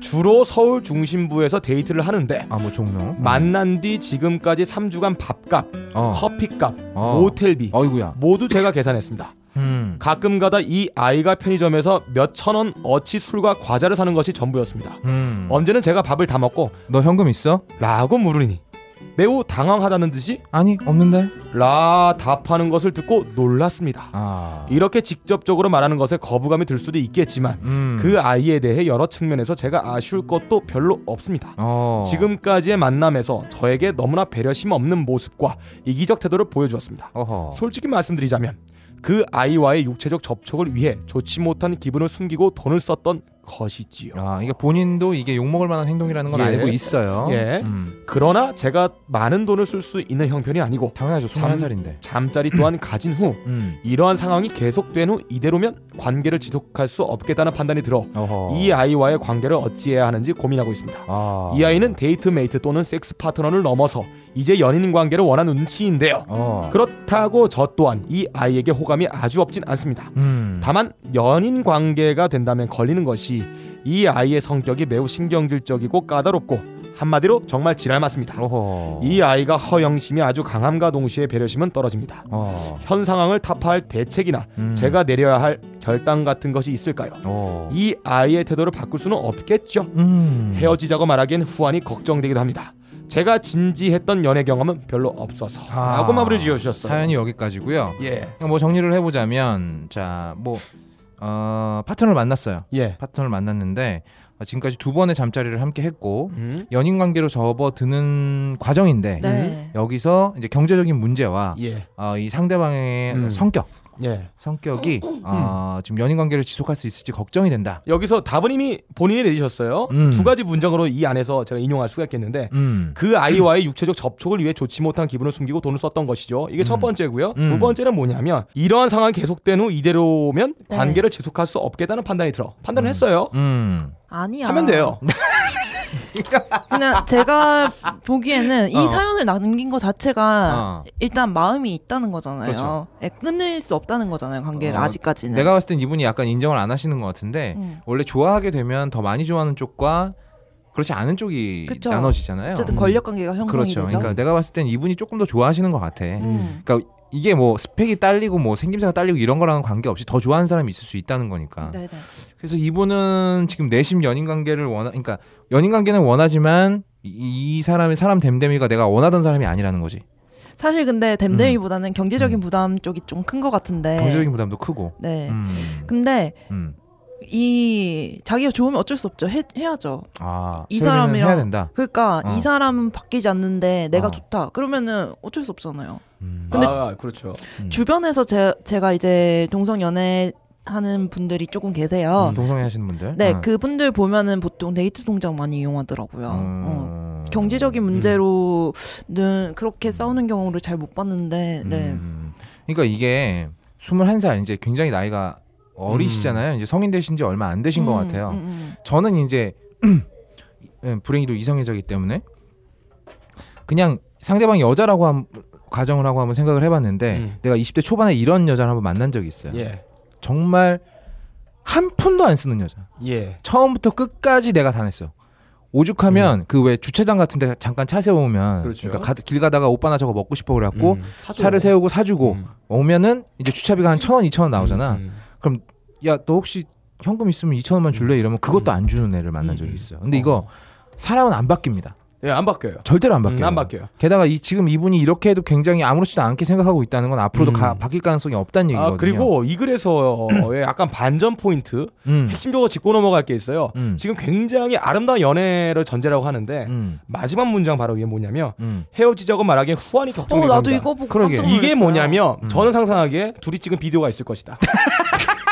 S1: 주로 서울 중심부에서 데이트를 하는데
S3: 아 뭐 종로.
S1: 만난 뒤 지금까지 3주간 밥값,
S3: 어.
S1: 커피값,
S3: 어.
S1: 모텔비
S3: 어이구야.
S1: 모두 제가 계산했습니다.
S3: 음.
S1: 가끔가다 이 아이가 편의점에서 몇 천 원 어치 술과 과자를 사는 것이 전부였습니다.
S3: 음.
S1: 언제는 제가 밥을 다 먹고
S3: 너 현금 있어?
S1: 라고 물으니 매우 당황하다는 듯이
S3: 아니 없는데.
S1: 라 답하는 것을 듣고 놀랐습니다.
S3: 아.
S1: 이렇게 직접적으로 말하는 것에 거부감이 들 수도 있겠지만
S3: 음.
S1: 그 아이에 대해 여러 측면에서 제가 아쉬울 것도 별로 없습니다.
S3: 어.
S1: 지금까지의 만남에서 저에게 너무나 배려심 없는 모습과 이기적 태도를 보여주었습니다.
S3: 어허.
S1: 솔직히 말씀드리자면 그 아이와의 육체적 접촉을 위해 좋지 못한 기분을 숨기고 돈을 썼던 것이지요.
S3: 아, 이게 본인도 이게 욕먹을 만한 행동이라는 건
S1: 예.
S3: 알고 있어요.
S1: 예.
S3: 음,
S1: 그러나 제가 많은 돈을 쓸 수 있는 형편이 아니고
S3: 당연하죠.
S1: 잠-
S3: 21살인데.
S1: 잠자리 또한 가진 후
S3: 음.
S1: 이러한 상황이 계속된 후 이대로면 관계를 지속할 수 없겠다는 판단이 들어
S3: 어허.
S1: 이 아이와의 관계를 어찌해야 하는지 고민하고 있습니다.
S3: 아.
S1: 이 아이는 데이트 메이트 또는 섹스 파트너를 넘어서 이제 연인 관계를 원하는 눈치인데요.
S3: 어.
S1: 그렇다고 저 또한 이 아이에게 호감이 아주 없진 않습니다.
S3: 음.
S1: 다만 연인 관계가 된다면 걸리는 것이 이 아이의 성격이 매우 신경질적이고 까다롭고 한마디로 정말 지랄 맞습니다.
S3: 어허.
S1: 이 아이가 허영심이 아주 강함과 동시에 배려심은 떨어집니다.
S3: 어.
S1: 현 상황을 타파할 대책이나
S3: 음.
S1: 제가 내려야 할 결단 같은 것이 있을까요?
S3: 어.
S1: 이 아이의 태도를 바꿀 수는 없겠죠.
S3: 음.
S1: 헤어지자고 말하기엔 후안이 걱정되기도 합니다. 제가 진지했던 연애 경험은 별로 없어서
S3: 아.
S1: 라고 마무리 지어주셨어요.
S3: 사연이 여기까지고요.
S1: 예.
S3: 뭐 정리를 해 보자면 자, 뭐 어, 파트너를 만났어요.
S1: 예.
S3: 파트너를 만났는데 어, 지금까지 두 번의 잠자리를 함께 했고 연인 관계로 접어드는 과정인데
S2: 네.
S3: 여기서 이제 경제적인 문제와
S1: 예.
S3: 어, 이 상대방의
S1: 음.
S3: 성격
S1: 예.
S3: 성격이
S2: 음.
S3: 어, 지금 연인 관계를 지속할 수 있을지 걱정이 된다.
S1: 여기서 답은 이미 본인이 내리셨어요.
S3: 음.
S1: 두 가지 문장으로 이 안에서 제가 인용할 수가 있겠는데
S3: 음.
S1: 그 아이와의 육체적 접촉을 위해 좋지 못한 기분을 숨기고 돈을 썼던 것이죠. 이게 첫
S3: 음.
S1: 번째고요.
S3: 음.
S1: 두 번째는 뭐냐면 이러한 상황 계속된 후 이대로면
S2: 네.
S1: 관계를 지속할 수 없겠다는 판단이 들어 판단을 했어요.
S3: 음.
S2: 아니야.
S1: 하면 돼요.
S3: 네,
S2: 그냥 제가 보기에는 이
S3: 어.
S2: 사연을 남긴 거 자체가
S3: 어.
S2: 일단 마음이 있다는 거잖아요.
S3: 그렇죠.
S2: 예, 끊을 수 없다는 거잖아요. 관계를
S3: 어,
S2: 아직까지는.
S3: 내가 봤을 땐 이분이 약간 인정을 안 하시는 것 같은데
S2: 네. 음.
S3: 원래 좋아하게 되면 더 많이 좋아하는 쪽과 그렇지 않은 쪽이
S2: 그쵸.
S3: 나눠지잖아요.
S2: 어쨌든
S3: 음.
S2: 권력 관계가 형성이
S3: 그렇죠.
S2: 되죠.
S3: 그러니까 내가 봤을 땐 이분이 조금 더 좋아하시는 것 같아.
S2: 음.
S3: 그러니까 이게 뭐 스펙이 딸리고 뭐 생김새가 딸리고 이런 거랑은 관계없이 더 좋아하는 사람이 있을 수 있다는 거니까.
S2: 네네.
S3: 그래서 이분은 지금 내심 연인 관계를 원하 그러니까 연인 관계는 원하지만 이, 이 사람의 사람 됨됨이가 내가 원하던 사람이 아니라는 거지.
S2: 사실 근데 댐댐이보다는 경제적인 부담 쪽이 좀 큰 것 같은데.
S3: 음. 경제적인 부담도 크고.
S2: 네.
S3: 음.
S2: 근데
S3: 음.
S2: 이 자기가 좋으면 어쩔 수 없죠. 해, 해야죠.
S3: 아,
S2: 이
S3: 세례는
S2: 사람이랑-
S3: 해야 된다.
S2: 그러니까
S3: 어.
S2: 이 사람은 바뀌지 않는데 내가
S3: 어.
S2: 좋다. 그러면은 어쩔 수 없잖아요.
S3: 음.
S2: 근데-
S1: 아 그렇죠.
S3: 음.
S2: 주변에서 제, 제가 이제 동성 연애 하는 분들이 조금 계세요.
S3: 음, 동성애 하시는 분들.
S2: 어. 네,
S3: 아.
S2: 그분들 보면은 보통 데이트 통장 많이 이용하더라고요. 어.
S3: 음.
S2: 경제적인 문제로는 그렇게 싸우는 경우를 잘 못 봤는데, 네.
S3: 음. 그러니까 이게 21살 이제 굉장히 나이가 어리시잖아요. 이제 성인 되신 지 얼마 안 되신 것
S2: 음,
S3: 같아요.
S2: 음, 음.
S3: 저는 이제 <clears throat> 음, 불행히도 이성애자이기 때문에 그냥 상대방이 여자라고 한 가정을 하고 한번 생각을 해봤는데
S1: 음.
S3: 내가 20대 초반에 이런 여자를 한번 만난 적이 있어요.
S1: 예.
S3: 정말 한 푼도 안 쓰는 여자.
S1: 예.
S3: 처음부터 끝까지 내가 다 냈어. 오죽하면 그 왜 주차장 같은데 잠깐 차 세우면
S1: 음. 그렇죠.
S3: 러니까 가, 길 가다가 오빠 나 저거 먹고 싶어 그래갖고
S1: 음. 사줘요.
S3: 차를 세우고 사주고
S1: 음.
S3: 오면은 이제 주차비가 한 천 원, 이천 원 나오잖아.
S1: 음.
S3: 그럼 야 너 혹시 현금 있으면 2천 원만 줄래 이러면 그것도
S1: 음.
S3: 안 주는 애를
S1: 음.
S3: 만난 적이 있어요. 근데 이거 사람은 안 바뀝니다.
S1: 예, 안 바뀌어요.
S3: 절대로 안
S1: 음,
S3: 바뀌어요.
S1: 안 바뀌어요.
S3: 게다가 이 지금 이분이 이렇게 해도 굉장히 아무렇지도 않게 생각하고 있다는 건 앞으로도
S1: 음.
S3: 가- 바뀔 가능성이 없다는 얘기거든요.
S1: 아 그리고 이 글에서의 약간 반전 포인트
S3: 음.
S1: 핵심적으로 짚고 넘어갈 게 있어요.
S3: 음.
S1: 지금 굉장히 아름다운 연애를 전제라고 하는데
S3: 음.
S1: 마지막 문장 바로 이게 뭐냐면
S3: 음.
S1: 헤어지자고 말하기엔 후안이 걱정이
S2: 어, 나도
S1: 됩니다.
S2: 이거 보고
S3: 그러게.
S2: 깜짝 놀랐어요.
S1: 이게 뭐냐면
S3: 음.
S1: 저는 상상하기에 둘이 찍은 비디오가 있을 것이다. <laughs>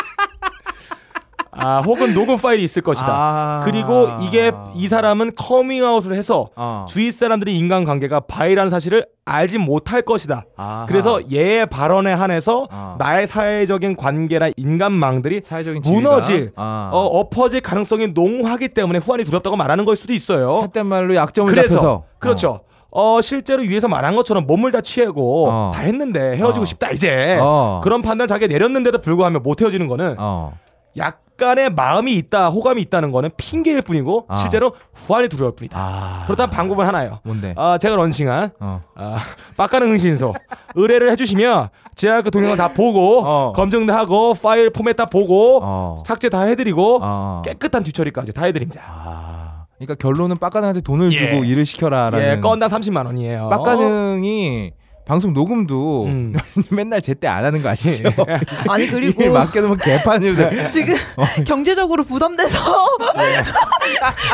S1: 아, 혹은 녹음 파일이 있을 것이다.
S3: 아.
S1: 그리고 이게 이 사람은 커밍아웃을 해서
S3: 어.
S1: 주위 사람들이 인간관계가 바이라는 사실을 알지 못할 것이다.
S3: 아하.
S1: 그래서 얘의 발언에 한해서
S3: 어.
S1: 나의 사회적인 관계나 인간망들이
S3: 사회적인
S1: 무너질,
S3: 지위가? 아.
S1: 어, 엎어질 가능성이 농후하기 때문에 후환이 두렵다고 말하는 걸 수도 있어요.
S3: 삿된 말로 약점을
S1: 그래서
S3: 잡혀서
S1: 그렇죠. 어 실제로 위에서 말한 것처럼 몸을 다 취하고
S3: 어.
S1: 다 했는데 헤어지고
S3: 어.
S1: 싶다 이제
S3: 어.
S1: 그런 판단 자기가 내렸는데도 불구하면 못 헤어지는 거는
S3: 어.
S1: 약간의 마음이 있다 호감이 있다는 거는 핑계일 뿐이고
S3: 아.
S1: 실제로 후환이 두려울 뿐이다.
S3: 아. 네.
S1: 그렇다면 방법은 하나예요.
S3: 뭔데?
S1: 아 제가 런칭한
S3: 어.
S1: 아, 빡가는 흥신소 의뢰를 해주시면 제가 그 동영상 다 보고
S3: 어.
S1: 검증 다 하고 파일 포맷 다 보고
S3: 어.
S1: 삭제 다 해드리고
S3: 어.
S1: 깨끗한 뒤처리까지 다 해드립니다.
S3: 아. 그러니까 결론은 빡가능한테 돈을
S1: 예.
S3: 주고 일을 시켜라라는. 어.
S1: 예, 건당 30만 원이에요.
S3: 빡가능이 방송 녹음도
S1: 음.
S3: <laughs> 맨날 제때 안 하는 거 아시죠?
S2: <laughs> 아니 그리고
S3: <laughs> 이게 어. 맡겨놓으면 개판이
S1: 네.
S3: 돼. <laughs>
S2: 지금 경제적으로 부담돼서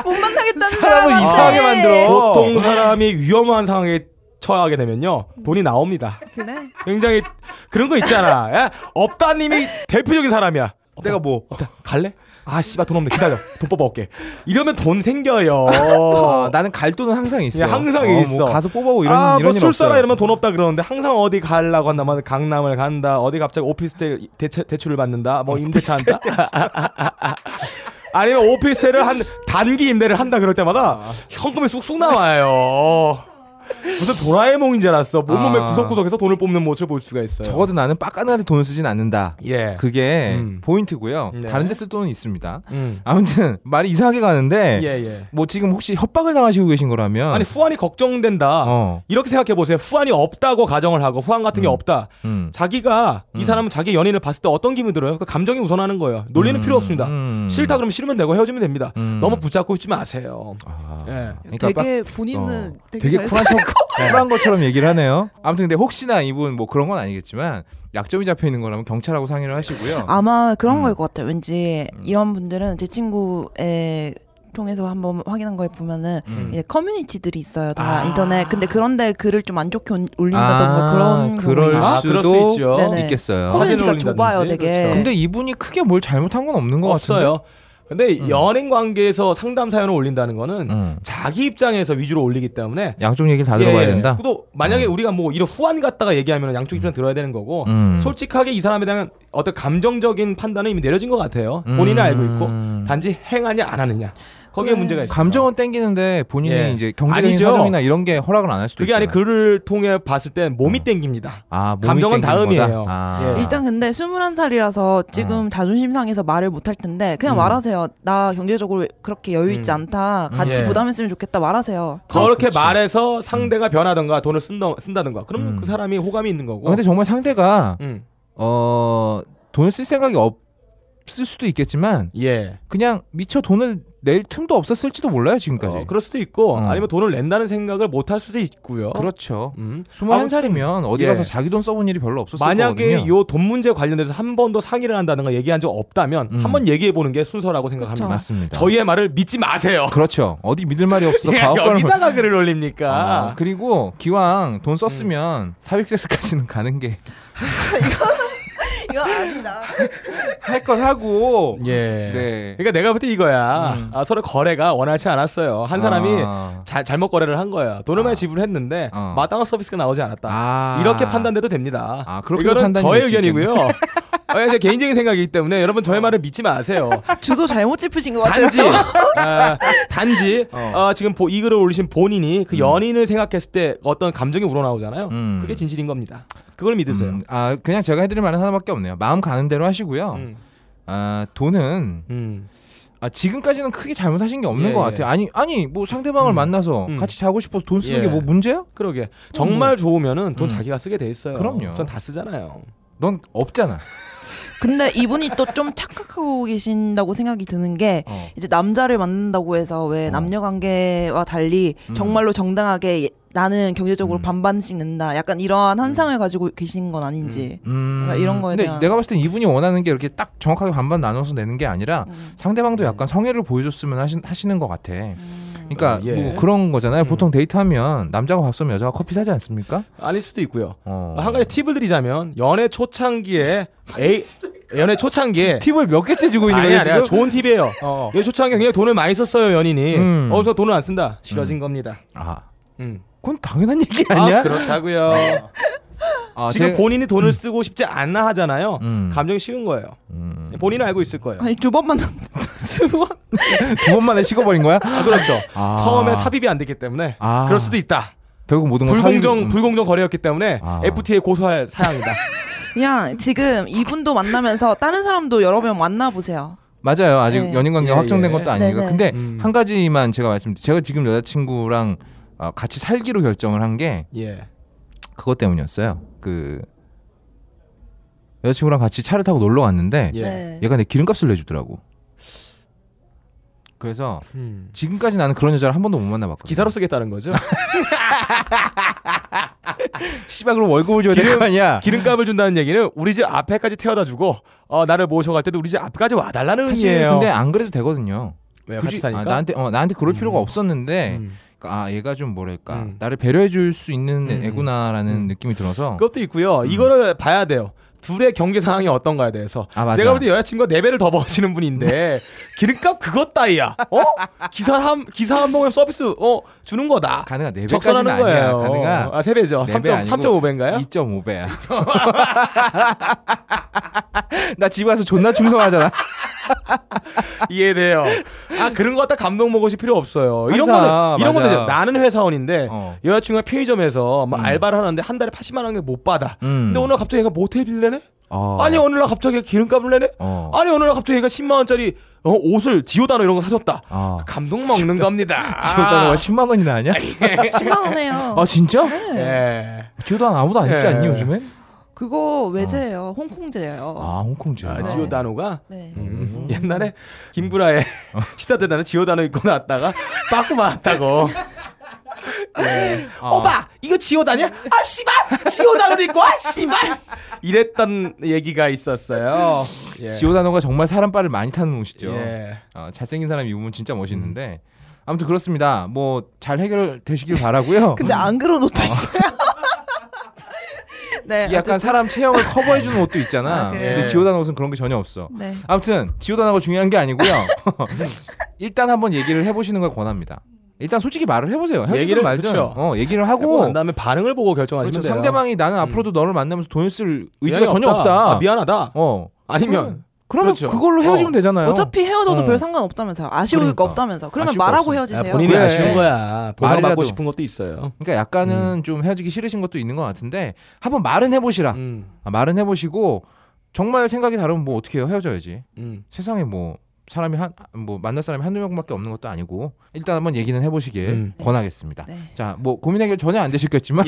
S2: 못 만나겠다는 네.
S3: 사람을
S2: 사람한테
S3: 이상하게 만들어.
S1: 보통 사람이 위험한 상황에 처하게 되면요 돈이 나옵니다.
S2: 그래.
S1: 굉장히 그런 거 있잖아. 예? 업다님이 대표적인 사람이야.
S3: 내가 뭐
S1: 업다, 갈래? 아 씨발 돈 없네 기다려 돈 뽑아올게. 이러면 돈 생겨요.
S3: 어, 나는 갈 돈은 항상 있어.
S1: 예, 항상
S3: 어, 뭐
S1: 있어.
S3: 가서 뽑아오고 이런
S1: 아,
S3: 이런
S1: 뭐
S3: 일
S1: 술사라
S3: 없어요.
S1: 이러면 돈 없다 그러는데 항상 어디 가려고 한다. 뭐 강남을 간다. 어디 갑자기 오피스텔 대체, 대출을 받는다. 뭐 임대차 한다. <laughs> 아니면 오피스텔을 한 단기 임대를 한다 그럴 때마다 현금이 쑥쑥 나와요. 무슨 도라에몽인 줄 알았어. 몸몸에
S3: 아.
S1: 구석구석에서 돈을 뽑는 모습을 볼 수가 있어요.
S3: 적어도 나는 빡가능한테 돈을 쓰진 않는다.
S1: 예.
S3: 그게
S1: 음.
S3: 포인트고요.
S1: 네.
S3: 다른 데 쓸 돈은 있습니다.
S1: 음.
S3: 아무튼 말이 이상하게 가는데
S1: 예, 예.
S3: 뭐 지금 혹시 협박을 당하시고 계신 거라면
S1: 아니 후환이 걱정된다.
S3: 어.
S1: 이렇게 생각해 보세요. 후환이 없다고 가정을 하고 후환 같은 게 없다.
S3: 음.
S1: 자기가 이 사람은 자기 연인을 봤을 때 어떤 기분 이 들어요? 그 감정이 우선하는 거예요. 논리는 필요 없습니다.
S3: 음.
S1: 싫다 그러면 싫으면 되고 헤어지면 됩니다.
S3: 음.
S1: 너무 붙잡고 있지 마세요.
S3: 아.
S1: 예.
S3: 그러니까
S2: 되게
S3: 빡-
S2: 본인은
S3: 어,
S2: 되게, 잘
S3: 쿨한 척 쿨한 것처럼 얘기를 하네요. 아무튼 근데 혹시나 이분 뭐 그런 건 아니겠지만 약점이 잡혀 있는 거라면 경찰하고 상의를 하시고요.
S2: 아마
S3: 음.
S2: 그런 걸 것 같아요. 왠지 이런 분들은 제 친구의 통해서 한번 확인한 거에 보면은
S3: 음.
S2: 이제 커뮤니티들이 있어요. 다 인터넷. 근데 그런데 글을 좀 안 좋게 온- 올린다던가
S3: 아,
S2: 그런
S3: 그럴
S2: 경우인가?
S1: 아, 그럴 수
S3: 수도
S1: 있죠.
S2: 네네. 네.
S3: 있겠어요.
S2: 커뮤니티가
S1: 아. 사진을
S2: 좁아요,
S1: 올린다든지.
S2: 되게.
S1: 그렇죠.
S3: 근데 이분이 크게 뭘 잘못한 건 없는 것
S1: 없어요. 근데 연인 관계에서 상담 사연을 올린다는 거는
S3: 음.
S1: 자기 입장에서 위주로 올리기 때문에
S3: 같은데. 양쪽 얘기를 다 들어봐야
S1: 예,
S3: 된다.
S1: 또 만약에 우리가 뭐 이런 후한 같다가 얘기하면 양쪽 입장 들어야 되는 거고
S3: 음.
S1: 솔직하게 이 사람에 대한 어떤 감정적인 판단은 이미 내려진 것 같아요. 본인은 알고
S3: 음.
S1: 있고 단지 행하냐 안 하느냐 거기에 문제가 있어요.
S3: 감정은 땡기는데 본인이
S1: 예.
S3: 이제 경제적인
S1: 아니죠.
S3: 사정이나 이런 게 허락을 안 할 수도
S1: 그게 아니
S3: 있잖아요.
S1: 글을 통해 봤을 땐 몸이 땡깁니다.
S3: 아, 몸이
S1: 감정은
S3: 땡기는
S1: 다음이에요.
S3: 거다? 아.
S1: 예.
S2: 일단 근데 21살이라서
S1: 아.
S2: 지금 자존심 상해서 말을 못 할 텐데
S1: 음.
S2: 그냥 말하세요. 나 경제적으로 그렇게 여유 있지 않다. 같이
S1: 예.
S2: 부담했으면 좋겠다. 말하세요.
S1: 그렇게
S3: 그렇죠.
S1: 말해서 상대가 변하던가 돈을 쓴다, 쓴다던가 그러면
S3: 음.
S1: 그 사람이 호감이 있는 거고
S3: 아, 근데 정말 상대가
S1: 음.
S3: 어 돈을 쓸 생각이 없을 수도 있겠지만
S1: 예
S3: 그냥 미처 돈을 낼 틈도 없었을지도 몰라요 지금까지.
S1: 어, 그럴 수도 있고
S3: 어.
S1: 아니면 돈을 낸다는 생각을 못 할 수도 있고요
S3: 그렇죠.
S1: 음. 아무튼
S3: 21살이면 어디
S1: 예.
S3: 가서 자기 돈 써본 일이 별로 없었을
S1: 만약에
S3: 거거든요.
S1: 요 돈 문제 관련돼서 한 번 더 상의를 한다든가 얘기한 적 없다면
S3: 음.
S1: 한 번 얘기해 보는 게 순서라고 생각합니다
S2: 그쵸.
S3: 맞습니다.
S1: 저희의 말을 믿지 마세요
S3: 그렇죠. 어디 믿을 말이 없어서 <laughs>
S1: 예,
S3: 가혹감을
S1: 여기다가 글을 올립니까
S3: 아, 그리고 기왕 돈 썼으면 사회 섹스까지는 가는 <laughs> 게 할 건
S2: 이거 아니다.
S3: 하고
S1: 예
S3: 네. 음.
S1: 그러니까 내가 볼 때 이거야 아, 서로 거래가 원하지 않았어요 한 사람이
S3: 아.
S1: 잘, 잘못 거래를 한 거예요. 돈을 많이 지불했는데
S3: 어.
S1: 마땅한 서비스가 나오지 않았다.
S3: 아.
S1: 이렇게 판단돼도 됩니다.
S3: 아, 그렇게
S1: 이거는
S3: 판단이
S1: 저의
S3: 될수 어.
S1: 의견이고요. 어, 제 개인적인 생각이기 때문에 여러분 저의 말을 믿지
S3: <laughs>
S1: 마세요.
S2: <laughs> 주소 잘못 짚으신 것
S3: 뭐
S2: 같아요.
S1: 단지 아, 단지 어, 지금 보- 이 글을 올리신 본인이 그 연인을 생각했을 때 어떤 감정이 우러나오잖아요.
S3: 음.
S1: 그게 진실인 겁니다. 그걸 믿으세요.
S3: 음, 아 그냥 제가 해드릴 말은 하나밖에 없네요. 마음 가는 대로 하시고요.
S1: 음.
S3: 아 돈은
S1: 음.
S3: 아 지금까지는 크게 잘못하신 게 없는
S1: 예,
S3: 것
S1: 예.
S3: 같아요. 아니 아니 뭐 상대방을 만나서
S1: 음.
S3: 같이 자고 싶어서 돈 쓰는
S1: 예.
S3: 게 뭐 문제야?
S1: 그러게 정말 좋으면은 돈
S3: 음.
S1: 자기가 쓰게 돼 있어요.
S3: 그럼요.
S1: 전 다 쓰잖아요.
S3: 넌 없잖아.
S2: <laughs> 근데 이분이 또 좀 착각하고 계신다고 생각이 드는 게
S3: 어.
S2: 이제 남자를 만난다고 해서
S1: 어.
S2: 왜 남녀 관계와 달리
S1: 음.
S2: 정말로 정당하게 예- 나는 경제적으로 반반씩 낸다. 약간 이러한
S1: 음.
S2: 한상을 가지고 계신 건 아닌지.
S3: 음.
S2: 그러니까 이런 거에
S3: 근데
S2: 대한-
S3: 내가 봤을 땐 이분이 원하는 게 이렇게 딱 정확하게 반반 나눠서 내는 게 아니라
S2: 음.
S1: 네.
S3: 상대방도 약간 성의를 보여줬으면 하시, 하시는 것 같아. 그러니까
S1: 어,
S2: 음.
S1: 예.
S3: 뭐 그런 거잖아요. 보통 데이트하면 남자가 밥 사면 여자가 커피 사지 않습니까?
S1: 아닐 수도 있고요.
S3: 어. <laughs>
S1: 한 가지 팁을 드리자면 연애 초창기에 A 연애 초창기에
S3: 팁을 몇 개째 주고 있는
S1: 아니
S3: 거예요
S1: 아니야
S3: 지금?
S1: 좋은 팁이에요.
S3: <laughs> 어.
S1: 연애 초창기에 굉장히 돈을 많이 썼어요 연인이.
S3: 음.
S1: 어디서 돈을 안 쓴다 싫어진 겁니다.
S3: 아,
S1: 음.
S3: 그건 당연한 얘기
S1: 아
S3: 아니야?
S1: 그렇다고요.
S3: 아,
S1: 지금
S3: 제-
S1: 본인이 돈을 쓰고 싶지 않나 하잖아요.
S3: 음.
S1: 감정이 쉬운 거예요.
S3: 음.
S1: 본인은 알고 있을 거예요.
S2: 아니 두 번만 <laughs> 두 번.
S3: 두 번만에 식어버린 거야?
S1: 아, 그렇죠.
S3: 아.
S1: <laughs> 처음에 삽입이 안 됐기 때문에
S3: 아.
S1: 그럴 수도 있다.
S3: 결국 모든 걸
S1: 불공정
S3: 사유- 음.
S1: 불공정 거래였기 때문에
S3: 아.
S1: FTA 고소할
S3: <laughs>
S1: 사항이다.
S2: 그냥 지금 이분도 만나면서 다른 사람도 여러 명 만나보세요.
S3: 음. 맞아요. 아직
S2: 네.
S3: 연인 관계
S1: 예,
S3: 가 확정된
S1: 예.
S3: 것도 아니고.
S2: 네네.
S3: 근데
S1: 음.
S3: 한 가지만 제가 말씀드릴 제가 지금 여자친구랑 어, 같이 살기로 결정을 한 게
S1: 예.
S3: 그것 때문이었어요. 그 여자친구랑 같이 차를 타고 놀러 갔는데
S1: 예.
S2: 네.
S3: 얘가 내 기름값을 내주더라고. 그래서
S1: 음.
S3: 지금까지 나는 그런 여자를 한 번도 못 만나봤거든.
S1: 기사로 쓰겠다는 거죠?
S3: 씨발 그럼 월급을 줘야 될
S1: 기름-
S3: 거 아니야.
S1: 기름값을 준다는 얘기는 우리 집 앞에까지 태워다 주고 어, 나를 모셔갈 때도 우리 집 앞까지 와달라는
S3: 사실
S1: 의미예요.
S3: 근데 안 그래도 되거든요.
S1: 왜요?
S3: 굳이-
S1: 같이 사니까?
S3: 아, 나한테 어, 나한테 그럴 필요가 없었는데
S1: 음.
S3: 아 얘가 좀 뭐랄까
S1: 음.
S3: 나를 배려해 줄 수 있는
S1: 음.
S3: 애구나라는
S1: 음.
S3: 느낌이 들어서
S1: 그것도 있고요.
S3: 음.
S1: 이거를 봐야 돼요. 둘의 경제 상황이 어떤가에 대해서.
S3: 아, 네. 맞아.
S1: 제가 볼 때 여자친구가 네 배를 더 버시는 분인데 기름값 그것 따위야. 어? 기사 한 기사 한 봉에 서비스 어 주는 거다.
S3: 가능가 네 배까지는
S1: 적선하는
S3: 아니야.
S1: 거예요.
S3: 가능가
S1: 아, 세 배죠.
S3: 네
S1: 3
S3: 배 아니고
S1: 3.5배인가요?
S3: 2.5배야. <laughs> 나 집에 와서 존나 충성하잖아.
S1: 이해돼요. 아 그런 거 갖다 감동 먹으실 필요 없어요. 이런
S3: 항상,
S1: 거는 이런
S3: 맞아.
S1: 거는 이제 나는 회사원인데
S3: 어.
S1: 여자친구가 편의점에서 막 알바를 하는데 한 달에 80만 원못 받아.
S3: 음.
S1: 근데 오늘 갑자기 얘가 모텔 빌내네?
S3: 어.
S1: 아니 어느 날 갑자기 기름값을 내네?
S3: 어.
S1: 아니 어느 날 갑자기 얘가 10만 원짜리 어, 옷을 지오다노 이런 거 사줬다. 그
S3: 아.
S1: 감동 먹는 겁니다.
S3: 지오다노가 10만 원이나 하냐?
S2: 10만 원에요.
S3: <laughs> 아 진짜?
S1: 예.
S3: 지오다노 아무도 안 입지
S1: 예.
S3: 않니 요즘에?
S2: 그거 외제예요. 홍콩제예요.
S3: 아 홍콩제.
S1: 아,
S3: 아,
S1: 지오다노가
S2: 네.
S1: 음, 옛날에 김구라의
S3: 어.
S1: <laughs> 시사대단은 지오다노 입고 나왔다가 빠꾸
S3: <laughs>
S1: 맞았다고. 예.
S3: 아.
S1: 오빠 이거 지오다냐? 아 씨발 지오다노 입고 와 씨발 이랬던 얘기가 있었어요. 예.
S3: 지오다노가 정말 사람빨을 많이 타는 옷이죠.
S1: 예.
S3: 아, 잘생긴 사람이 입으면 진짜 멋있는데 아무튼 그렇습니다. 뭐 잘 해결되시길
S2: <laughs>
S3: 바라고요.
S2: 근데 아, 안 그런 옷도 있어요. 네.
S3: 이 약간 사람 체형을 커버해주는 옷도 있잖아.
S2: 아, 그래요?
S3: 근데 지오다노 옷은 그런 게 전혀 없어.
S2: 네.
S3: 아무튼 지오다노가 중요한 게 아니고요. <laughs> 일단 한번 얘기를 해보시는 걸 권합니다. 일단 솔직히 말을 해보세요.
S1: 얘기를,
S3: 얘기를 말든
S1: 그쵸.
S3: 어, 얘기를
S1: 하고
S3: 하고
S1: 난 다음에 반응을 보고 결정하시면
S3: 그렇죠.
S1: 돼요. 음.
S3: 상대방이 나는 앞으로도 너를 만나면서 돈을 쓸
S1: 미안해,
S3: 의지가 전혀 없다.
S1: 아, 미안하다.
S3: 어
S2: 음,
S1: 아니면
S3: 그러면
S1: 그렇죠.
S3: 그걸로 헤어지면
S1: 어.
S3: 되잖아요.
S2: 어차피 헤어져도
S3: 어.
S2: 별 상관없다면서요. 아쉬울
S3: 그러니까.
S2: 거 없다면서. 그러면
S3: 아쉬울 거
S2: 말하고
S3: 없어요.
S1: 야,
S2: 헤어지세요. 네.
S1: 본인이
S3: 그래.
S1: 아쉬운 거야.
S3: 말이라도.
S1: 보상받고 싶은 것도 있어요.
S3: 그러니까 약간은 좀 헤어지기 싫으신 것도 있는 것 같은데 한번 말은 해보시라.
S1: 음,
S3: 아, 말은 해보시고 정말 생각이 다르면 뭐 어떻게 해요? 헤어져야지.
S1: 음.
S3: 세상에 뭐 사람이 한 뭐 만날 사람이 한두 명밖에 없는 것도 아니고 일단 한번 얘기는 해보시길
S1: 음.
S3: 권하겠습니다.
S2: 네.
S3: 자, 뭐 고민 해결 전혀 안 되셨겠지만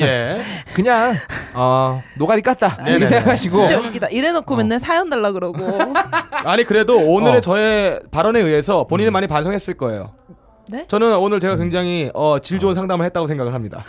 S1: <laughs> 예.
S3: <laughs> 그냥 어 노가리 깠다 이렇게
S1: 아, 네네네.
S3: 생각하시고
S2: 진짜 웃기다. 이래놓고
S3: 어.
S2: 맨날 사연 달라
S3: <laughs>
S2: 그러고.
S1: 아니 그래도 오늘의
S3: 어. 음.
S1: 저의 발언에 의해서 본인은 많이 반성했을 거예요.
S2: 네?
S1: 저는 오늘 제가 굉장히 어, 질 좋은 상담을 했다고 생각을 합니다.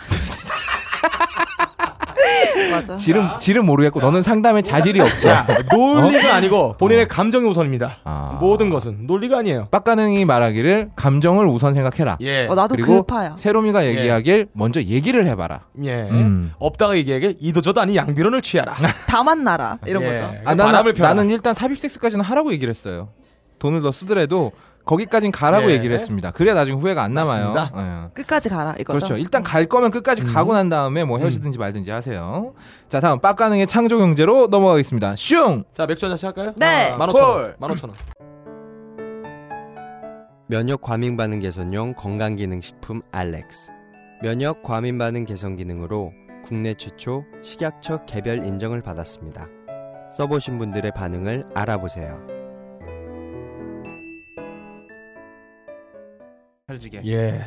S2: 맞아.
S3: 질은 질은 모르겠고 너는 상담에 <laughs> 자질이 없어.
S1: 논리가 아니고 본인의 감정이 우선입니다.
S3: 아.
S1: 모든 것은 논리가 아니에요.
S3: 빡가능이 말하기를 감정을 우선 생각해라.
S1: 예.
S2: 어, 나도
S3: 그리고
S2: 그파야.
S3: 세롬이가 얘기하길 먼저 얘기를 해봐라.
S1: 예.
S3: 음.
S1: 없다가 얘기하게 이도저도 아닌 양비론을
S3: <laughs>
S1: 취하라.
S2: 다 만나라. 이런
S1: 예.
S2: 거죠.
S3: 아,
S1: 바람을
S3: 나는,
S1: 펴라.
S3: 나는 일단 삽입 섹스까지는 하라고 얘기를 했어요. 돈을 더 쓰더라도 거기까진 가라고
S1: 예.
S3: 얘기를 했습니다. 그래야 나중에 후회가 안 남아요. 예.
S2: 끝까지 가라. 이거죠.
S3: 그렇죠. 일단 갈 거면 끝까지 가고 난 다음에 뭐 헤어지든지 말든지 하세요. 자, 다음 빡가능의 창조 경제로 넘어가겠습니다. 슝.
S1: 자 맥주 한 잔씩 할까요? 아,
S2: 네.
S1: 만 오천 원. 만 오천 원.
S5: 면역 과민 반응 개선용 건강 기능 식품 알렉스. 면역 과민 반응 개선 기능으로 국내 최초 식약처 개별 인정을 받았습니다. 써보신 분들의 반응을 알아보세요.
S3: 헤어지게.
S1: 예.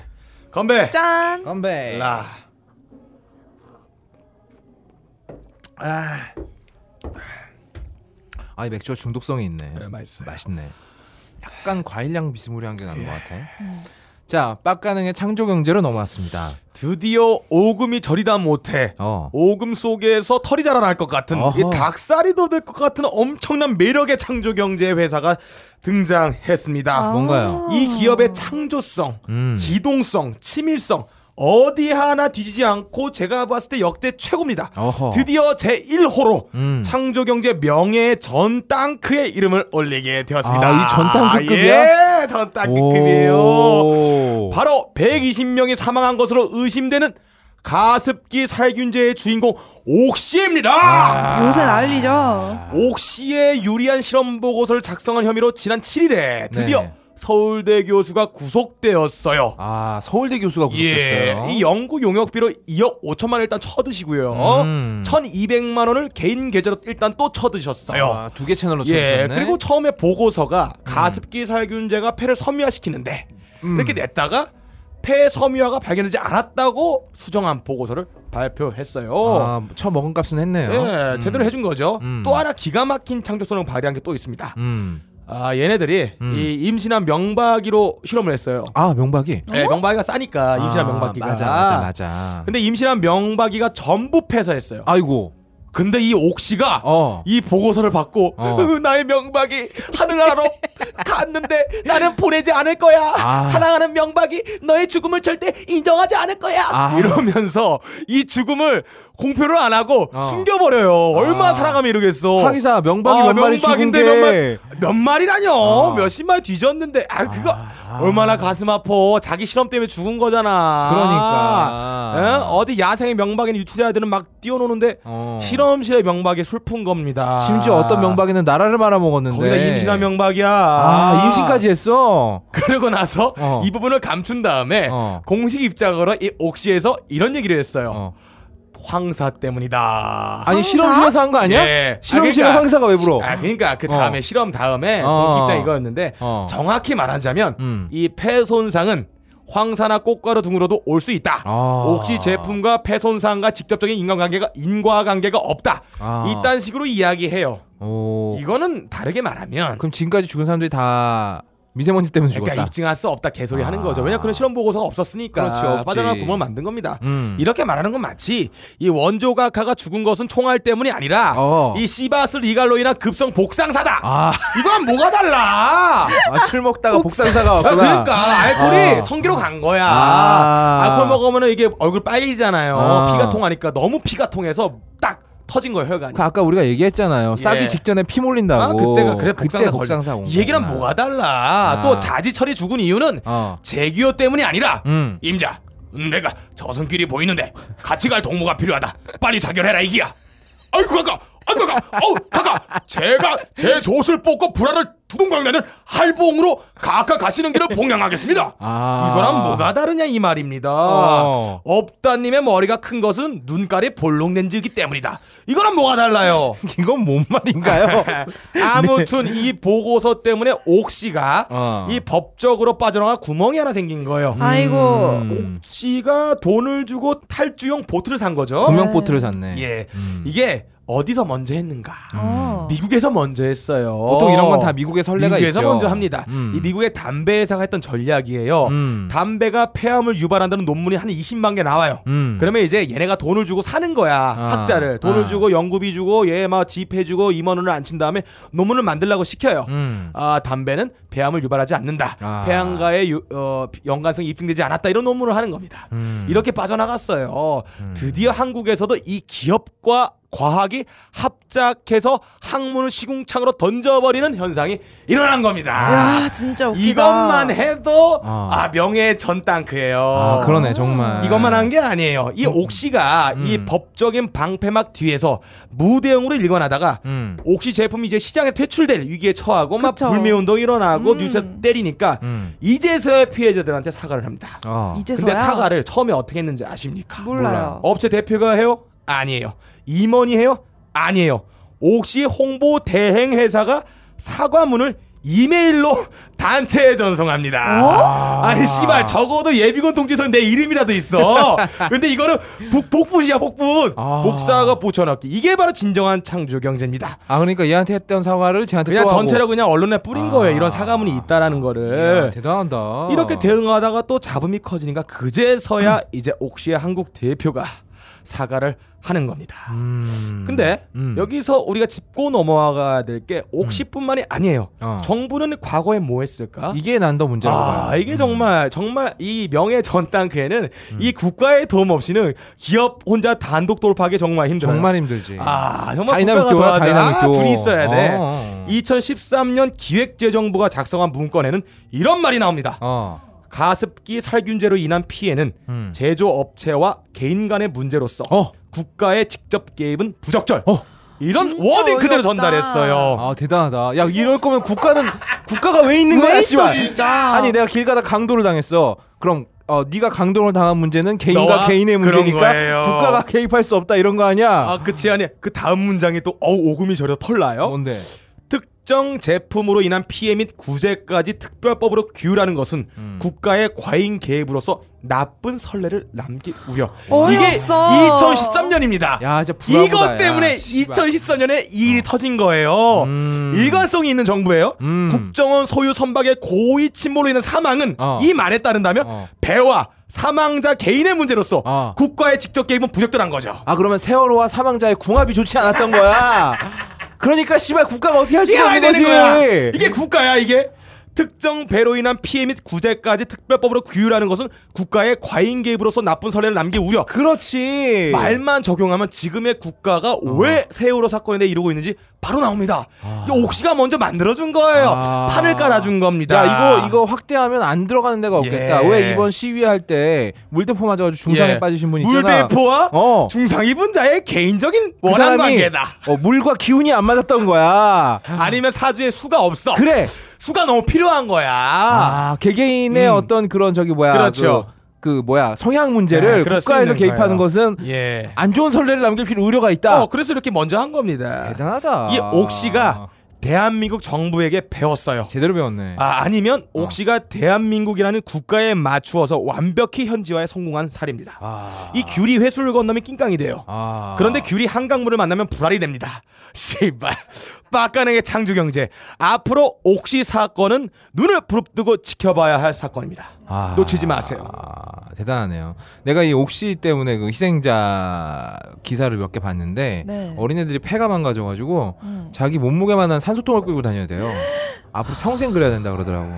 S1: 건배.
S2: 짠.
S3: 건배.
S1: 라.
S3: 아, 이 맥주가 중독성이 있네.
S1: 네, 맛있어요.
S3: 맛있네. 약간 과일향 비스무리한 게
S1: 예.
S3: 나는 것 같아. 자, 빡가능의 창조 경제로 넘어왔습니다.
S1: 드디어 오금이 저리다 못해
S3: 어.
S1: 오금 속에서 털이 자라날 것 같은
S3: 어허.
S1: 이 닭살이 돋을 것 같은 엄청난 매력의 창조 경제 회사가 등장했습니다.
S2: 아.
S3: 뭔가요?
S1: 이 기업의 창조성,
S3: 음.
S1: 기동성, 치밀성 어디 하나 뒤지지 않고 제가 봤을 때 역대 최고입니다.
S3: 어허.
S1: 드디어 제 1호로
S3: 음.
S1: 창조경제 명예의 전 땅크의 이름을 올리게 되었습니다.
S3: 아, 이전 땅크급이야?
S1: 예, 전 땅크급이에요.
S3: 오.
S1: 바로 120명이 사망한 것으로 의심되는 가습기 살균제의 주인공
S3: 아.
S1: 옥시입니다.
S2: 아, 요새 난리죠.
S1: 옥시의 유리한 실험 보고서를 작성한 혐의로 지난 7일에 드디어
S3: 네.
S1: 서울대 교수가 구속되었어요.
S3: 아 서울대 교수가 구속됐어요.
S1: 예, 이 연구 용역비로 2억 5천만 원 일단 쳐드시고요.
S3: 음.
S1: 1,200만 원을 개인 계좌로 일단 또 쳐드셨어요.
S3: 아, 두개 채널로 쳐주셨네.
S1: 예, 그리고 처음에 보고서가 가습기 살균제가 폐를 섬유화시키는데
S3: 음.
S1: 이렇게 냈다가 폐 섬유화가 발견되지 않았다고 수정한 보고서를 발표했어요.
S3: 아, 처 먹은 값은 했네요.
S1: 예,
S3: 음.
S1: 제대로 해준 거죠.
S3: 음.
S1: 또 하나 기가 막힌 창조성을 발휘한 게 또 있습니다.
S3: 음.
S1: 아, 얘네들이
S3: 음.
S1: 이 임신한 명박이로 실험을 했어요.
S3: 아 명박이.
S1: 예, 명박이가 싸니까 임신한 명박이가.
S3: 맞아 맞아 맞아.
S1: 근데 임신한 명박이가 전부 폐사했어요.
S3: 아이고.
S1: 근데 이 옥씨가
S3: 어.
S1: 이 보고서를 받고
S3: 어.
S1: 으, <laughs> 나의 명박이
S3: <laughs>
S1: 하늘나라로 갔는데 나는 보내지 않을 거야.
S3: 아.
S1: 사랑하는 명박이 너의 죽음을 절대 인정하지 않을 거야.
S3: 아.
S1: 이러면서 이 죽음을 공표를 안 하고
S3: 어.
S1: 숨겨버려요. 얼마나 사랑하면 이러겠어. 아,
S3: 하기사 명박이 몇 마리 죽은 게.
S1: 몇 마리라뇨?
S3: 아.
S1: 몇십 마리 뒤졌는데 아 그거
S3: 아.
S1: 얼마나 가슴 아파. 자기 실험 때문에 죽은 거잖아.
S3: 그러니까.
S1: 응? 어디 야생의 명박이나 유치자들은 막 뛰어노는데
S3: 어.
S1: 실험실의 명박이 술푼 겁니다.
S3: 심지어 어떤 명박이는 나라를 말아먹었는데.
S1: 거기다 임신한 명박이야.
S3: 아 임신까지 했어.
S1: 그러고 나서
S3: 어.
S1: 이 부분을 감춘 다음에
S3: 어.
S1: 공식 입장으로 이 옥시에서 이런 얘기를 했어요.
S3: 어.
S1: 황사 때문이다.
S3: 아니 실험실에서 한 거 아니야?
S1: 예.
S3: 실험실에
S1: 아, 그러니까-
S3: 황사가 왜 불어?
S1: 아 그러니까 그 다음에
S3: 어.
S1: 실험 다음에
S3: 어.
S1: 공식 입장 이거였는데
S3: 어.
S1: 정확히 말하자면
S3: 음.
S1: 이 폐 손상은 황사나 꽃가루 등으로도 올 수 있다.
S3: 아.
S1: 옥시 제품과 폐 손상과 직접적인 인간관계가 인과관계가 없다.
S3: 아.
S1: 이딴 식으로 이야기해요.
S3: 오.
S1: 이거는 다르게 말하면
S3: 뭐 그럼 지금까지 죽은 사람들이 다 미세먼지 때문에 죽었다.
S1: 그러니까 입증할 수 없다 개소리 하는
S3: 아.
S1: 거죠. 왜냐 그런 실험 보고서가 없었으니까
S3: 그렇지, 없지.
S1: 빠져나간 구멍을 만든 겁니다.
S3: 음.
S1: 이렇게 말하는 건 마치 이 원조각하가 죽은 것은 총알 때문이 아니라
S3: 어.
S1: 이 시바스 리갈로 인한 급성 복상사다.
S3: 아,
S1: 이건 뭐가 달라?
S3: 아, 술 먹다가 복상사가 왔구나.
S1: 그러니까 알코올이
S3: 아.
S1: 성기로 간 거야.
S3: 어, 아.
S1: 알코올 먹으면 이게 얼굴 빨개지잖아요.
S3: 아.
S1: 피가 통하니까 너무 피가 통해서 딱 터진 거예요 혈관이.
S3: 그 아까 우리가 얘기했잖아요. 싸기 직전에 피 몰린다고.
S1: 예. 아 그때가 그래 복상사
S3: 그때 복상사
S1: 걸린-
S3: 온
S1: 이 얘기랑
S3: 거구나.
S1: 뭐가 달라?
S3: 아.
S1: 또 자지철이 죽은 이유는
S3: 어.
S1: 재규어 때문이 아니라
S3: 음.
S1: 임자 내가 저승길이 보이는데 같이 갈 동무가 필요하다 빨리 자결해라 이기야 아이고 가까 아이고 가까 어우 가까 제가 제 젖을 뽑고 불화를 두둥강내는 할봉으로 가까 가시는 길을 봉양하겠습니다
S3: 아.
S1: 이거랑 뭐가 다르냐 이 말입니다
S3: 어.
S1: 업다님의 머리가 큰 것은 눈깔이 볼록렌즈이기 때문이다 이거랑 뭐가
S3: <laughs>
S1: 달라요
S3: <laughs> 이건 뭔 말인가요? 네.
S1: 아무튼 이 보고서 때문에 옥씨가
S3: 어.
S1: 이 법적으로 빠져나가 구멍이 하나 생긴 거예요
S2: 아이고.
S3: 음.
S1: 씨가 돈을 주고 탈주용 보트를 산 거죠.
S3: 구명 보트를 샀네.
S1: 예,
S3: 음. 아.
S1: 이게 어디서 먼저 했는가?
S2: 어.
S1: 미국에서 먼저 했어요.
S3: 보통 이런 건 다 미국의 선례가
S1: 미국에서
S3: 있죠.
S1: 먼저 합니다.
S3: 음.
S1: 이 미국의 담배 회사가 했던 전략이에요.
S3: 음.
S1: 담배가 폐암을 유발한다는 논문이 한 20만 개 나와요.
S3: 음.
S1: 그러면 이제 얘네가 돈을 주고 사는 거야 학자를 돈을
S3: 아.
S1: 주고 연구비 주고 얘막 집해주고 임원을 안친 다음에 논문을 만들라고 시켜요.
S3: 음.
S1: 아 담배는 폐암을 유발하지 않는다.
S3: 아.
S1: 폐암과의 유- 어, 연관성이 입증되지 않았다 이런 논문을 하는 겁니다.
S3: 음.
S1: 이렇게 빠져나갔어요. 드디어 한국에서도 이 기업과 과학이 합작해서 학문을 시궁창으로 던져버리는 현상이 일어난 겁니다.
S2: 야 진짜 웃기다.
S1: 이것만 해도
S3: 아.
S1: 아 명예 전 땅크예요.
S3: 아, 그러네 정말.
S1: 이것만 한 게 아니에요. 이 옥시가 이
S3: 음.
S1: 법적인 방패막 뒤에서 무대용으로 일관하다가
S3: 음.
S1: 옥시 제품이 이제 시장에 퇴출될 위기에 처하고 막
S2: 그쵸.
S1: 불매 운동 일어나고
S2: 음.
S1: 뉴스에 때리니까
S3: 음.
S1: 이제서야 피해자들한테 사과를 합니다.
S3: 어.
S2: 이제서야.
S1: 근데 사과를 처음에 어떻게 했는지 아십니까?
S2: 몰라요.
S1: 업체 대표가 해요? 아니에요. 임원이 해요? 아니에요. 옥시 홍보 대행 회사가 사과문을 이메일로 <laughs> 단체에 전송합니다.
S2: 어?
S1: 아니 씨발 적어도 예비군 통지서 내 이름이라도
S2: <laughs>
S1: 있어. 근데 이거는 북, 복분이야 복분.
S3: 아.
S1: 복사가 보쳐넣기. 이게 바로 진정한 창조 경제입니다.
S3: 아 그러니까 얘한테 했던 사과를 쟤한테
S1: 그냥
S3: 또
S1: 전체로 예.
S3: 하고.
S1: 그냥 언론에 뿌린
S3: 아.
S1: 거예요. 이런 사과문이 있다라는
S3: 이야,
S1: 거를.
S3: 대단하다. 음.
S1: 이렇게 대응하다가 또 잡음이 커지니까 그제서야 이제 옥시의 한국 대표가 사과를 하는 겁니다.
S3: 음.
S1: 근데
S3: 음.
S1: 여기서 우리가 짚고 넘어가야 될 게 옥시뿐만이 아니에요.
S3: 어.
S1: 정부는 과거에 뭐 했을까?
S3: 이게 음. 난 더 문제라고
S1: 아,
S3: 봐요.
S1: 이게 정말 정말 이 명예 전당 그에는
S3: 음.
S1: 이 국가의 도움 없이는 기업 혼자 단독 돌파하기 정말 힘들어요.
S3: 정말 힘들지.
S1: 아, 정말
S3: 다이나믹
S1: 국가가 도와줘야-
S3: 교야 다이나믹
S1: 아,
S3: 교.
S1: 둘이 있어야 돼.
S3: 어.
S1: 2013년 기획재정부가 작성한 문건에는 이런 말이 나옵니다.
S3: 어.
S1: 가습기 살균제로 인한 피해는
S3: 음.
S1: 제조업체와 개인 간의 문제로서
S3: 어.
S1: 국가의 직접 개입은 부적절.
S3: 어.
S1: 이런
S2: 진짜
S1: 워딩 그대로
S2: 어렵다.
S1: 전달했어요.
S3: 아 대단하다. 야 이럴 거면 국가는 국가가 왜 있는
S2: 왜
S3: 거야,
S2: 있어,
S3: 씨발.
S2: 진짜.
S3: 아니 내가 길 가다 강도를 당했어. 그럼 어 네가 강도를 당한 문제는 개인과
S1: 너와
S3: 개인의
S1: 그런
S3: 문제니까
S1: 거예요.
S3: 국가가 개입할 수 없다 이런 거 아니야?
S1: 아, 그치 아니 그 다음 문장이 또 어우 오금이 저려 털 나요.
S3: 뭔데?
S1: 특정 제품으로 인한 피해 및 구제까지 특별법으로 규율하는 것은
S3: 음.
S1: 국가의 과잉 개입으로서 나쁜 선례를 남기 우려. 이게
S2: 어이없어.
S1: 2013년입니다.
S3: 야 진짜 불화보다,
S1: 이것 때문에
S3: 야, 씨발. 어.
S1: 2014년에 이 일이 터진 거예요.
S3: 음.
S1: 일관성이 있는 정부예요.
S3: 음.
S1: 국정원 소유 선박의 고의 침몰로 인한 사망은
S3: 어.
S1: 이 말에 따른다면
S3: 어.
S1: 배와 사망자 개인의 문제로서
S3: 어.
S1: 국가의 직접 개입은 부적절한 거죠.
S3: 아 그러면 세월호와 사망자의 궁합이 좋지 않았던 <laughs> 거야. 그러니까 씨발 국가가 어떻게 할 수가
S1: 뛰어야
S3: 없는 거지.
S1: 되는 거야. 이게 국가야 이게. 특정 배로 인한 피해 및 구제까지 특별법으로 규율하는 것은 국가의 과잉 개입으로서 나쁜 선례를 남길 우려.
S3: 그렇지.
S1: 말만 적용하면 지금의 국가가
S3: 어.
S1: 왜 세월호 사건에 대해 이러고 있는지 바로 나옵니다. 이게 옥시가 먼저 만들어준 거예요.
S3: 아.
S1: 판을 깔아준 겁니다.
S3: 야 이거 이거 확대하면 안 들어가는 데가 없겠다.
S1: 예.
S3: 왜 이번 시위할 때 물대포 맞아가지고 중상에
S1: 예.
S3: 빠지신 분 있잖아.
S1: 물대포와
S3: 어.
S1: 중상 입은 자의 개인적인
S3: 그
S1: 원한
S3: 사람이,
S1: 관계다.
S3: 어, 물과 기운이 안 맞았던 거야.
S1: 아니면 사주에 수가 없어.
S3: 그래.
S1: 수가 너무 필요한 거야.
S3: 아 개개인의 어떤 그런 저기 뭐야.
S1: 음. 그렇죠.
S3: 그, 그 뭐야 성향 문제를
S1: 네, 그럴 수
S3: 국가에서
S1: 있는
S3: 개입하는
S1: 거예요.
S3: 것은
S1: 예.
S3: 안 좋은 선례를 남길 필요 의료가 있다.
S1: 어, 그래서 이렇게 먼저 한 겁니다.
S3: 대단하다.
S1: 이 옥시가 대한민국 정부에게 배웠어요.
S3: 제대로 배웠네.
S1: 아, 아니면 옥시가 대한민국이라는 국가에 맞추어서 완벽히 현지화에 성공한 사례입니다. 이 귤이 회수를 건너면 낑깡이 돼요.
S3: 아.
S1: 그런데 귤이 한강물을 만나면 불알이 됩니다. <laughs> 씨발. 빡가능의 창조 경제. 앞으로 옥시 사건은 눈을 부릅뜨고 지켜봐야 할 사건입니다.
S3: 아.
S1: 놓치지 마세요.
S3: 아, 대단하네요. 내가 이 옥시 때문에 그 희생자 기사를 몇 개 봤는데
S2: 네.
S3: 어린애들이 폐가 망가져가지고 자기 몸무게만한 산소통을 끌고 다녀야 돼요. 앞으로 평생 그래야 된다 그러더라고.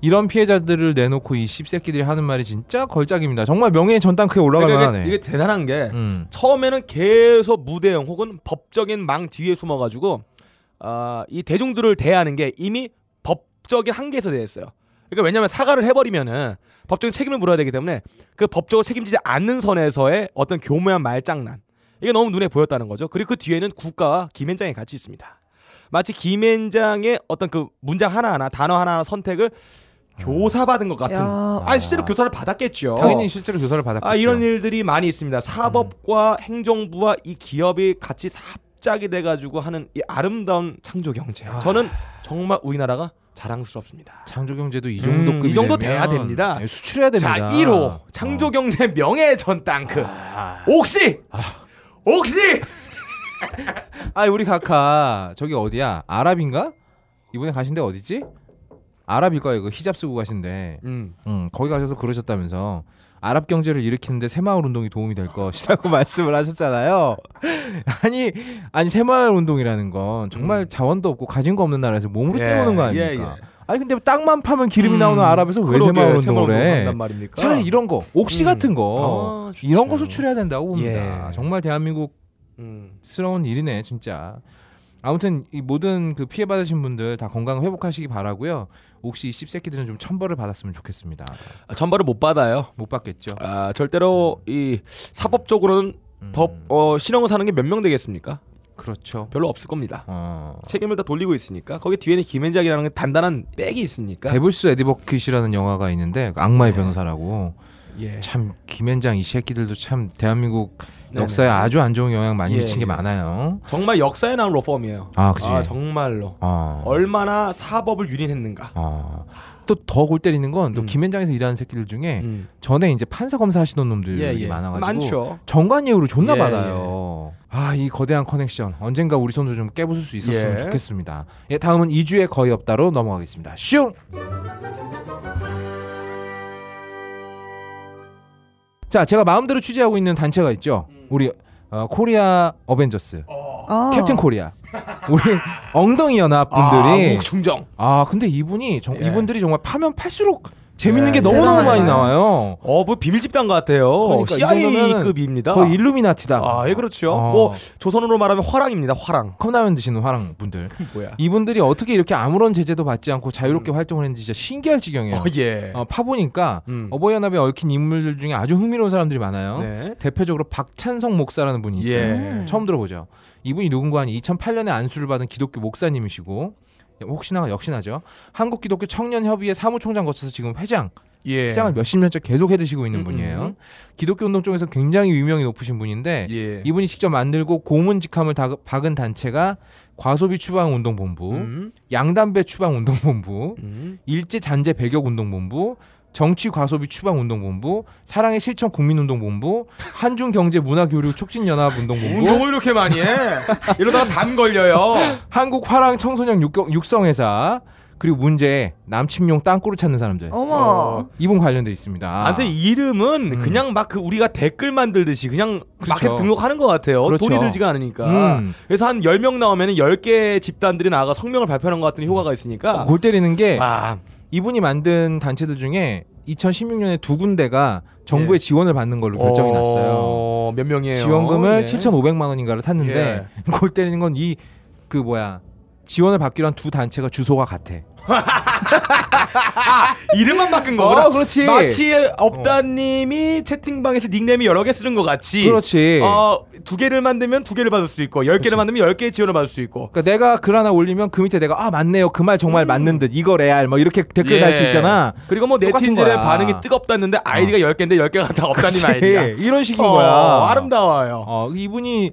S3: 이런 피해자들을 내놓고 이 씹새끼들이 하는 말이 진짜 걸작입니다. 정말 명예의 전당 크게 올라갈
S1: 그러니까
S3: 만하네.
S1: 이게, 이게 대단한 게
S3: 음.
S1: 처음에는 계속 무대형 혹은 법적인 망 뒤에 숨어가지고 아, 이 대중들을 대하는 게 이미 법적인 한계에서 대했어요. 그러니까 왜냐하면 사과를 해버리면은 법적인 책임을 물어야 되기 때문에 그 법적으로 책임지지 않는 선에서의 어떤 교묘한 말장난 이게 너무 눈에 보였다는 거죠. 그리고 그 뒤에는 국가와 김현장이 같이 있습니다. 마치 김현장의 어떤 그 문장 하나하나 단어 하나하나 선택을 교사받은 것 같은.
S2: 야.
S1: 아 실제로 교사를 받았겠죠.
S3: 당연히 실제로 교사를 받았겠죠.
S1: 어. 아 이런 일들이 많이 있습니다. 사법과 행정부와 이 기업이 같이 합작이 돼가지고 하는 이 아름다운 창조 경제. 저는 정말 우리나라가 자랑스럽습니다.
S3: 창조 경제도 이 정도
S1: 음,
S3: 급이
S1: 이 정도
S3: 되면
S1: 돼야 됩니다. 어.
S3: 예, 수출해야 됩니다.
S1: 자 1호 창조 경제 명예 전당크 그 아. 옥시 옥시
S3: 아 우리 각하 저기 어디야 아랍인가 이번에 가신데 어디지 아랍일 거야 이거 히잡 쓰고 가신데
S1: 음.
S3: 음, 거기 가셔서 그러셨다면서 아랍 경제를 일으키는데 새마을 운동이 도움이 될 것이라고 <laughs> 말씀을 하셨잖아요 아니 아니 새마을 운동이라는 건 정말 자원도 없고 가진 거 없는 나라에서 몸으로
S1: 음. 예,
S3: 때우는 거
S1: 예,
S3: 아닙니까
S1: 예.
S3: 아니 근데 땅만 파면 기름이
S1: 음,
S3: 나오는 아랍에서 왜
S1: 그러게,
S3: 새마을
S1: 새마을
S3: 운동을 해
S1: 운동한단 말입니까?
S3: 차라리 이런 거
S1: 음.
S3: 옥시 같은 거
S1: 아, 좋죠.
S3: 이런 거 수출해야 된다고 봅니다
S1: 예.
S3: 정말 대한민국
S1: 음.
S3: 스러운 일이네 진짜. 아무튼 이 모든 그 피해 받으신 분들 다 건강 회복하시기 바라고요. 혹시 이 씹새끼들은 좀 천벌을 받았으면 좋겠습니다.
S1: 아, 전벌을 못 받아요.
S3: 못 받겠죠.
S1: 아 절대로 이 사법적으로는 법 어, 신형을 사는 게 몇 명 되겠습니까?
S3: 그렇죠.
S1: 별로 없을 겁니다.
S3: 어.
S1: 책임을 다 돌리고 있으니까 거기 뒤에는 김현작이라는 게 단단한 백이 있으니까.
S3: 데블스 에디버킷이라는 영화가 있는데 그 악마의
S1: 네.
S3: 변호사라고
S1: 예.
S3: 참 김현장 이 새끼들도 참 대한민국
S1: 네네.
S3: 역사에 아주 안 좋은 영향 많이
S1: 예,
S3: 미친 게
S1: 예.
S3: 많아요.
S1: 정말 역사에 나온 로펌이에요.
S3: 아, 그치.
S1: 정말로
S3: 어.
S1: 얼마나 사법을 유린했는가.
S3: 어. 또더 골 때리는 건 또
S1: 음.
S3: 김현장에서 일하는 새끼들 중에
S1: 음.
S3: 전에 이제 판사 검사 하시던 네, 놈들이
S1: 예, 예.
S3: 많아가지고
S1: 많죠.
S3: 정관예우를 존나
S1: 예,
S3: 받아요. 아 이 거대한 커넥션 언젠가 우리 손도 좀 깨부술 수 있었으면
S1: 예.
S3: 좋겠습니다. 예, 다음은 2주에 거의 없다로 넘어가겠습니다. 슝. 자, 제가 마음대로 취재하고 있는 단체가 있죠.
S1: 음.
S3: 우리 어, 코리아 어벤져스,
S2: 아.
S3: 캡틴 코리아, 우리 엉덩이 연합 분들이.
S1: 욱충정.
S3: 아, 근데 이분이 정,
S1: 아, 예.
S3: 이분들이 정말 파면 팔수록 재밌는
S1: 예,
S3: 게 너무 너무 많이
S2: 대단하네요.
S3: 나와요.
S1: 어, 뭐 비밀 집단 같아요.
S3: 그러니까 이 정도면은
S1: CIA급입니다.
S3: 거의 일루미나티다.
S1: 아, 예, 그렇죠.
S3: 어.
S1: 뭐 조선어로 말하면 화랑입니다.
S3: <laughs>
S1: 화랑.
S3: 컵라면 드시는 화랑 분들.
S1: 뭐야?
S3: 이분들이 어떻게 이렇게 아무런 제재도 받지 않고 자유롭게 활동을 했는지 진짜 신기할 지경이에요.
S1: 음. 어, 예.
S3: 어, 파보니까
S1: 음.
S3: 어버이연합에 얽힌 인물들 중에 아주 흥미로운 사람들이 많아요.
S1: 네.
S3: 대표적으로 박찬성 목사라는 분이 있어요.
S1: 예.
S3: 처음 들어보죠. 이분이 누군가 하니 2008년에 안수를 받은 기독교 목사님이시고 혹시나 역시나죠. 한국 기독교 청년협의회 사무총장 거쳐서 지금 회장,
S1: 예.
S3: 시장을 몇십 년째 계속 해드시고 있는
S1: 음,
S3: 분이에요.
S1: 음.
S3: 기독교 운동 쪽에서 굉장히 유명이 높으신 분인데
S1: 예.
S3: 네. 이분이 직접 만들고 고문 직함을 다- 박은 단체가 과소비 추방 운동본부,
S1: 음.
S3: 양담배 추방 운동본부,
S1: 음.
S3: 일제 잔재 배격 운동본부, 정치 과소비 추방 운동본부, 사랑의 실천 국민 운동본부, 한중 경제 문화 교류 촉진 연합 운동본부,
S1: 운동을 이렇게 많이 해. 이러다가 담 걸려요.
S3: 한국 화랑 청소년 육성회사 그리고 문제 남침용 땅굴을 찾는 사람들
S2: 어머.
S1: 어.
S3: 이분 관련돼 있습니다.
S1: 한테 이름은
S3: 음.
S1: 그냥 막 그 우리가 댓글 만들듯이 그냥 막해서 등록하는 것 같아요.
S3: 그렇죠.
S1: 돈이 들지가 않으니까.
S3: 음.
S1: 그래서 한 10명 나오면 10개 집단들이 나가 성명을 발표하는 것 같은 효과가 있으니까.
S3: 골 때리는 게
S1: 아,
S3: 이분이 만든 단체들 중에 2016년에 두 군데가 정부의
S1: 예.
S3: 지원을 받는 걸로 결정이 났어요.
S1: 어, 몇 명이에요?
S3: 지원금을
S1: 예.
S3: 7,500만 원인가를 탔는데 <laughs> 골 때리는 건 이 그 뭐야 지원을 받기로 한 두 단체가 주소가 같아.
S1: 이름만 바꾼 거구나.
S3: 어, 그렇지. 어.
S1: 마치 업다님이 채팅방에서 닉네임이 여러 개 쓰는 것 같이.
S3: 그렇지.
S1: 어, 두 개를 만들면 두 개를 받을 수 있고, 열 개를 만들면 열 개의 지원을 받을 수 있고.
S3: 그러니까 내가 글 하나 올리면 그 밑에 내가 아 맞네요 그 말 정말 맞는 듯 이거 레알 뭐 이렇게 댓글
S1: 음. 예.
S3: 달 수 있잖아.
S1: 그리고 뭐
S3: 똑같은
S1: 네티즌의
S3: 거야. 어.
S1: 반응이 뜨겁다는데 아이디가 열 개인데 열 개가 다 업다님 아이디야.
S3: 그치. <laughs> 이런 식인
S1: 어,
S3: 거야.
S1: 아름다워요.
S3: 어, 이분이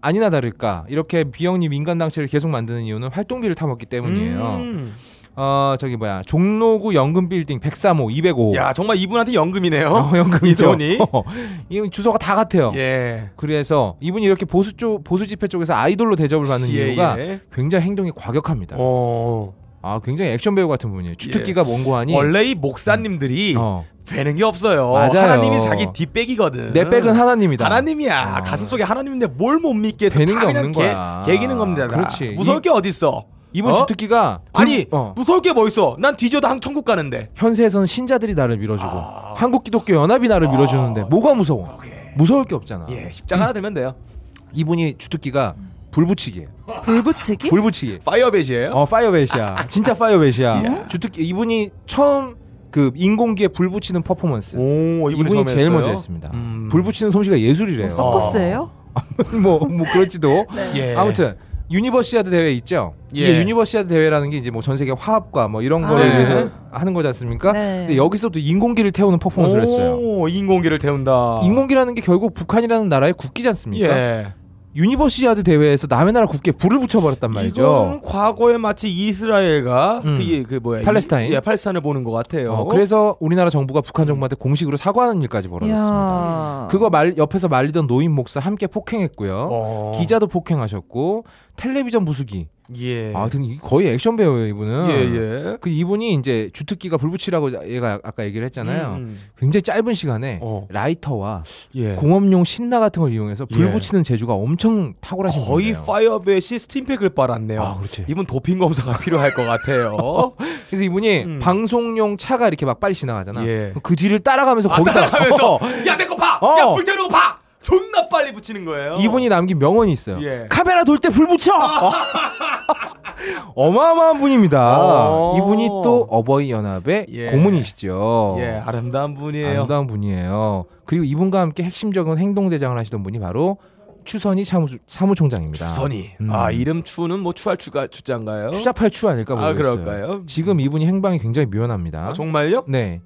S3: 아니나 다를까 이렇게 비영리 민간 단체를 계속 만드는 이유는 활동비를 타먹기 때문이에요.
S1: 음.
S3: 어 저기 뭐야 종로구 연금 빌딩 103호 205.
S1: 야 정말 이분한테 연금이네요.
S3: 어, 연금이죠.
S1: 이전이.
S3: <laughs> 어, 이 주소가 다 같아요.
S1: 예.
S3: 그래서 이분이 이렇게 보수 쪽 보수 집회 쪽에서 아이돌로 대접을 받는
S1: 예,
S3: 이유가
S1: 예.
S3: 굉장히 행동이 과격합니다.
S1: 어. 예.
S3: 아 굉장히 액션 배우 같은 분이에요. 주특기가 몽고하니
S1: 원래 이 목사님들이
S3: 어,
S1: 되는 게 없어요.
S3: 맞아요.
S1: 하나님이 자기 뒷백이거든.
S3: 내 백은 하나님이다.
S1: 하나님이야.
S3: 어.
S1: 가슴 속에 하나님인데 뭘 못 믿겠어.
S3: 되는
S1: 다
S3: 게
S1: 그냥
S3: 없는
S1: 개-
S3: 거야.
S1: 개기는 겁니다. 다.
S3: 그렇지.
S1: 무서울
S3: 이-
S1: 게 어딨어.
S3: 이분
S1: 어?
S3: 주특기가
S1: 아니
S3: 그- 어,
S1: 무서울 게 뭐 있어. 난 뒤져도 한 천국 가는데.
S3: 현세에선 신자들이 나를 밀어주고
S1: 아.
S3: 한국 기독교 연합이 나를 밀어주는데 뭐가 무서워? 무서울 게 없잖아.
S1: 예. 십자가 하나 들면 돼요.
S3: 이분이 주특기가 불붙이기예요.
S2: 어. 불붙이기?
S1: 예?
S3: 불붙이기.
S1: 파이어벳이에요.
S3: 어 파이어벳이야. 진짜 파이어벳이야.
S1: 예.
S3: 주특기 이분이 처음 그 인공기에 불 붙이는 퍼포먼스.
S1: 오
S3: 이분이,
S1: 처음
S3: 제일
S1: 했어요?
S3: 먼저 했습니다.
S1: 음.
S3: 불 붙이는 솜씨가 예술이래요.
S2: 어, 서커스예요?
S3: <laughs>
S2: 네.
S3: 뭐, 뭐 그럴지도.
S1: 예.
S3: 아무튼 유니버시아드 대회 있죠. 이게
S1: 예. 네.
S3: 유니버시아드 대회라는 게 이제 뭐 전 세계 화합과 뭐 이런 거에
S2: 아.
S3: 위해서 하는 거지 않습니까?
S2: 네.
S3: 근데 여기서 또 인공기를 태우는 퍼포먼스를 했어요.
S1: 오, 인공기를 태운다.
S3: 인공기라는 게 결국 북한이라는 나라의 국기지 않습니까?
S1: 예.
S3: 유니버시아드 대회에서 남의 나라 국기에 불을 붙여버렸단
S1: 이거는
S3: 말이죠.
S1: 과거에 마치 이스라엘과
S3: 음.
S1: 그게 그 뭐야 이-
S3: 팔레스타인?
S1: 예, 팔레스타인을 보는 것 같아요.
S3: 어, 그래서 우리나라 정부가 북한 정부한테 공식으로 사과하는 일까지 벌어졌습니다.
S2: 이야.
S3: 그거 말 옆에서 말리던 노인 목사 함께 폭행했고요.
S1: 어.
S3: 기자도 폭행하셨고 텔레비전 부수기.
S1: 예.
S3: 아, 근데 이게 거의 액션 배우예요, 이분은.
S1: 예, 예.
S3: 그 이분이 이제 주특기가 불붙이라고 얘가 아까 얘기를 했잖아요.
S1: 음.
S3: 굉장히 짧은 시간에
S1: 어.
S3: 라이터와
S1: 예.
S3: 공업용 신나 같은 걸 이용해서 불
S1: 예.
S3: 붙이는 재주가 엄청 탁월하신
S1: 거의
S3: 분이에요.
S1: 파이어벳이 스팀팩을 빨았네요.
S3: 아, 그렇지. 어,
S1: 이분 도핑 검사가 <laughs> 필요할 것 같아요.
S3: 그래서 이분이
S1: 음.
S3: 방송용 차가 이렇게 막 빨리 지나가잖아.
S1: 예.
S3: 그 뒤를 따라가면서 거기다
S1: 하면서 야내 거 봐.
S3: 어.
S1: 야 불태우고 봐. 존나 빨리 붙이는 거예요.
S3: 이분이 남긴 명언이 있어요.
S1: 어. 예.
S3: 카메라 돌 때 불 붙여. <laughs> 어마어마한 분입니다.
S1: 어.
S3: 이분이 또 어버이 연합의
S1: 예.
S3: 고문이시죠.
S1: 예 아름다운 분이에요.
S3: 아름다운 분이에요. 그리고 이분과 함께 핵심적인 행동 대장을 하시던 분이 바로 추선희 사무, 사무총장입니다.
S1: 주선이.
S3: 음.
S1: 아 이름 추는 뭐 추할 추가 추자인가요?
S3: 추잡할 추 아닐까
S1: 아
S3: 모르겠어요.
S1: 그럴까요?
S3: 지금 이분이 행방이 굉장히 묘연합니다.
S1: 아, 정말요?
S3: 네.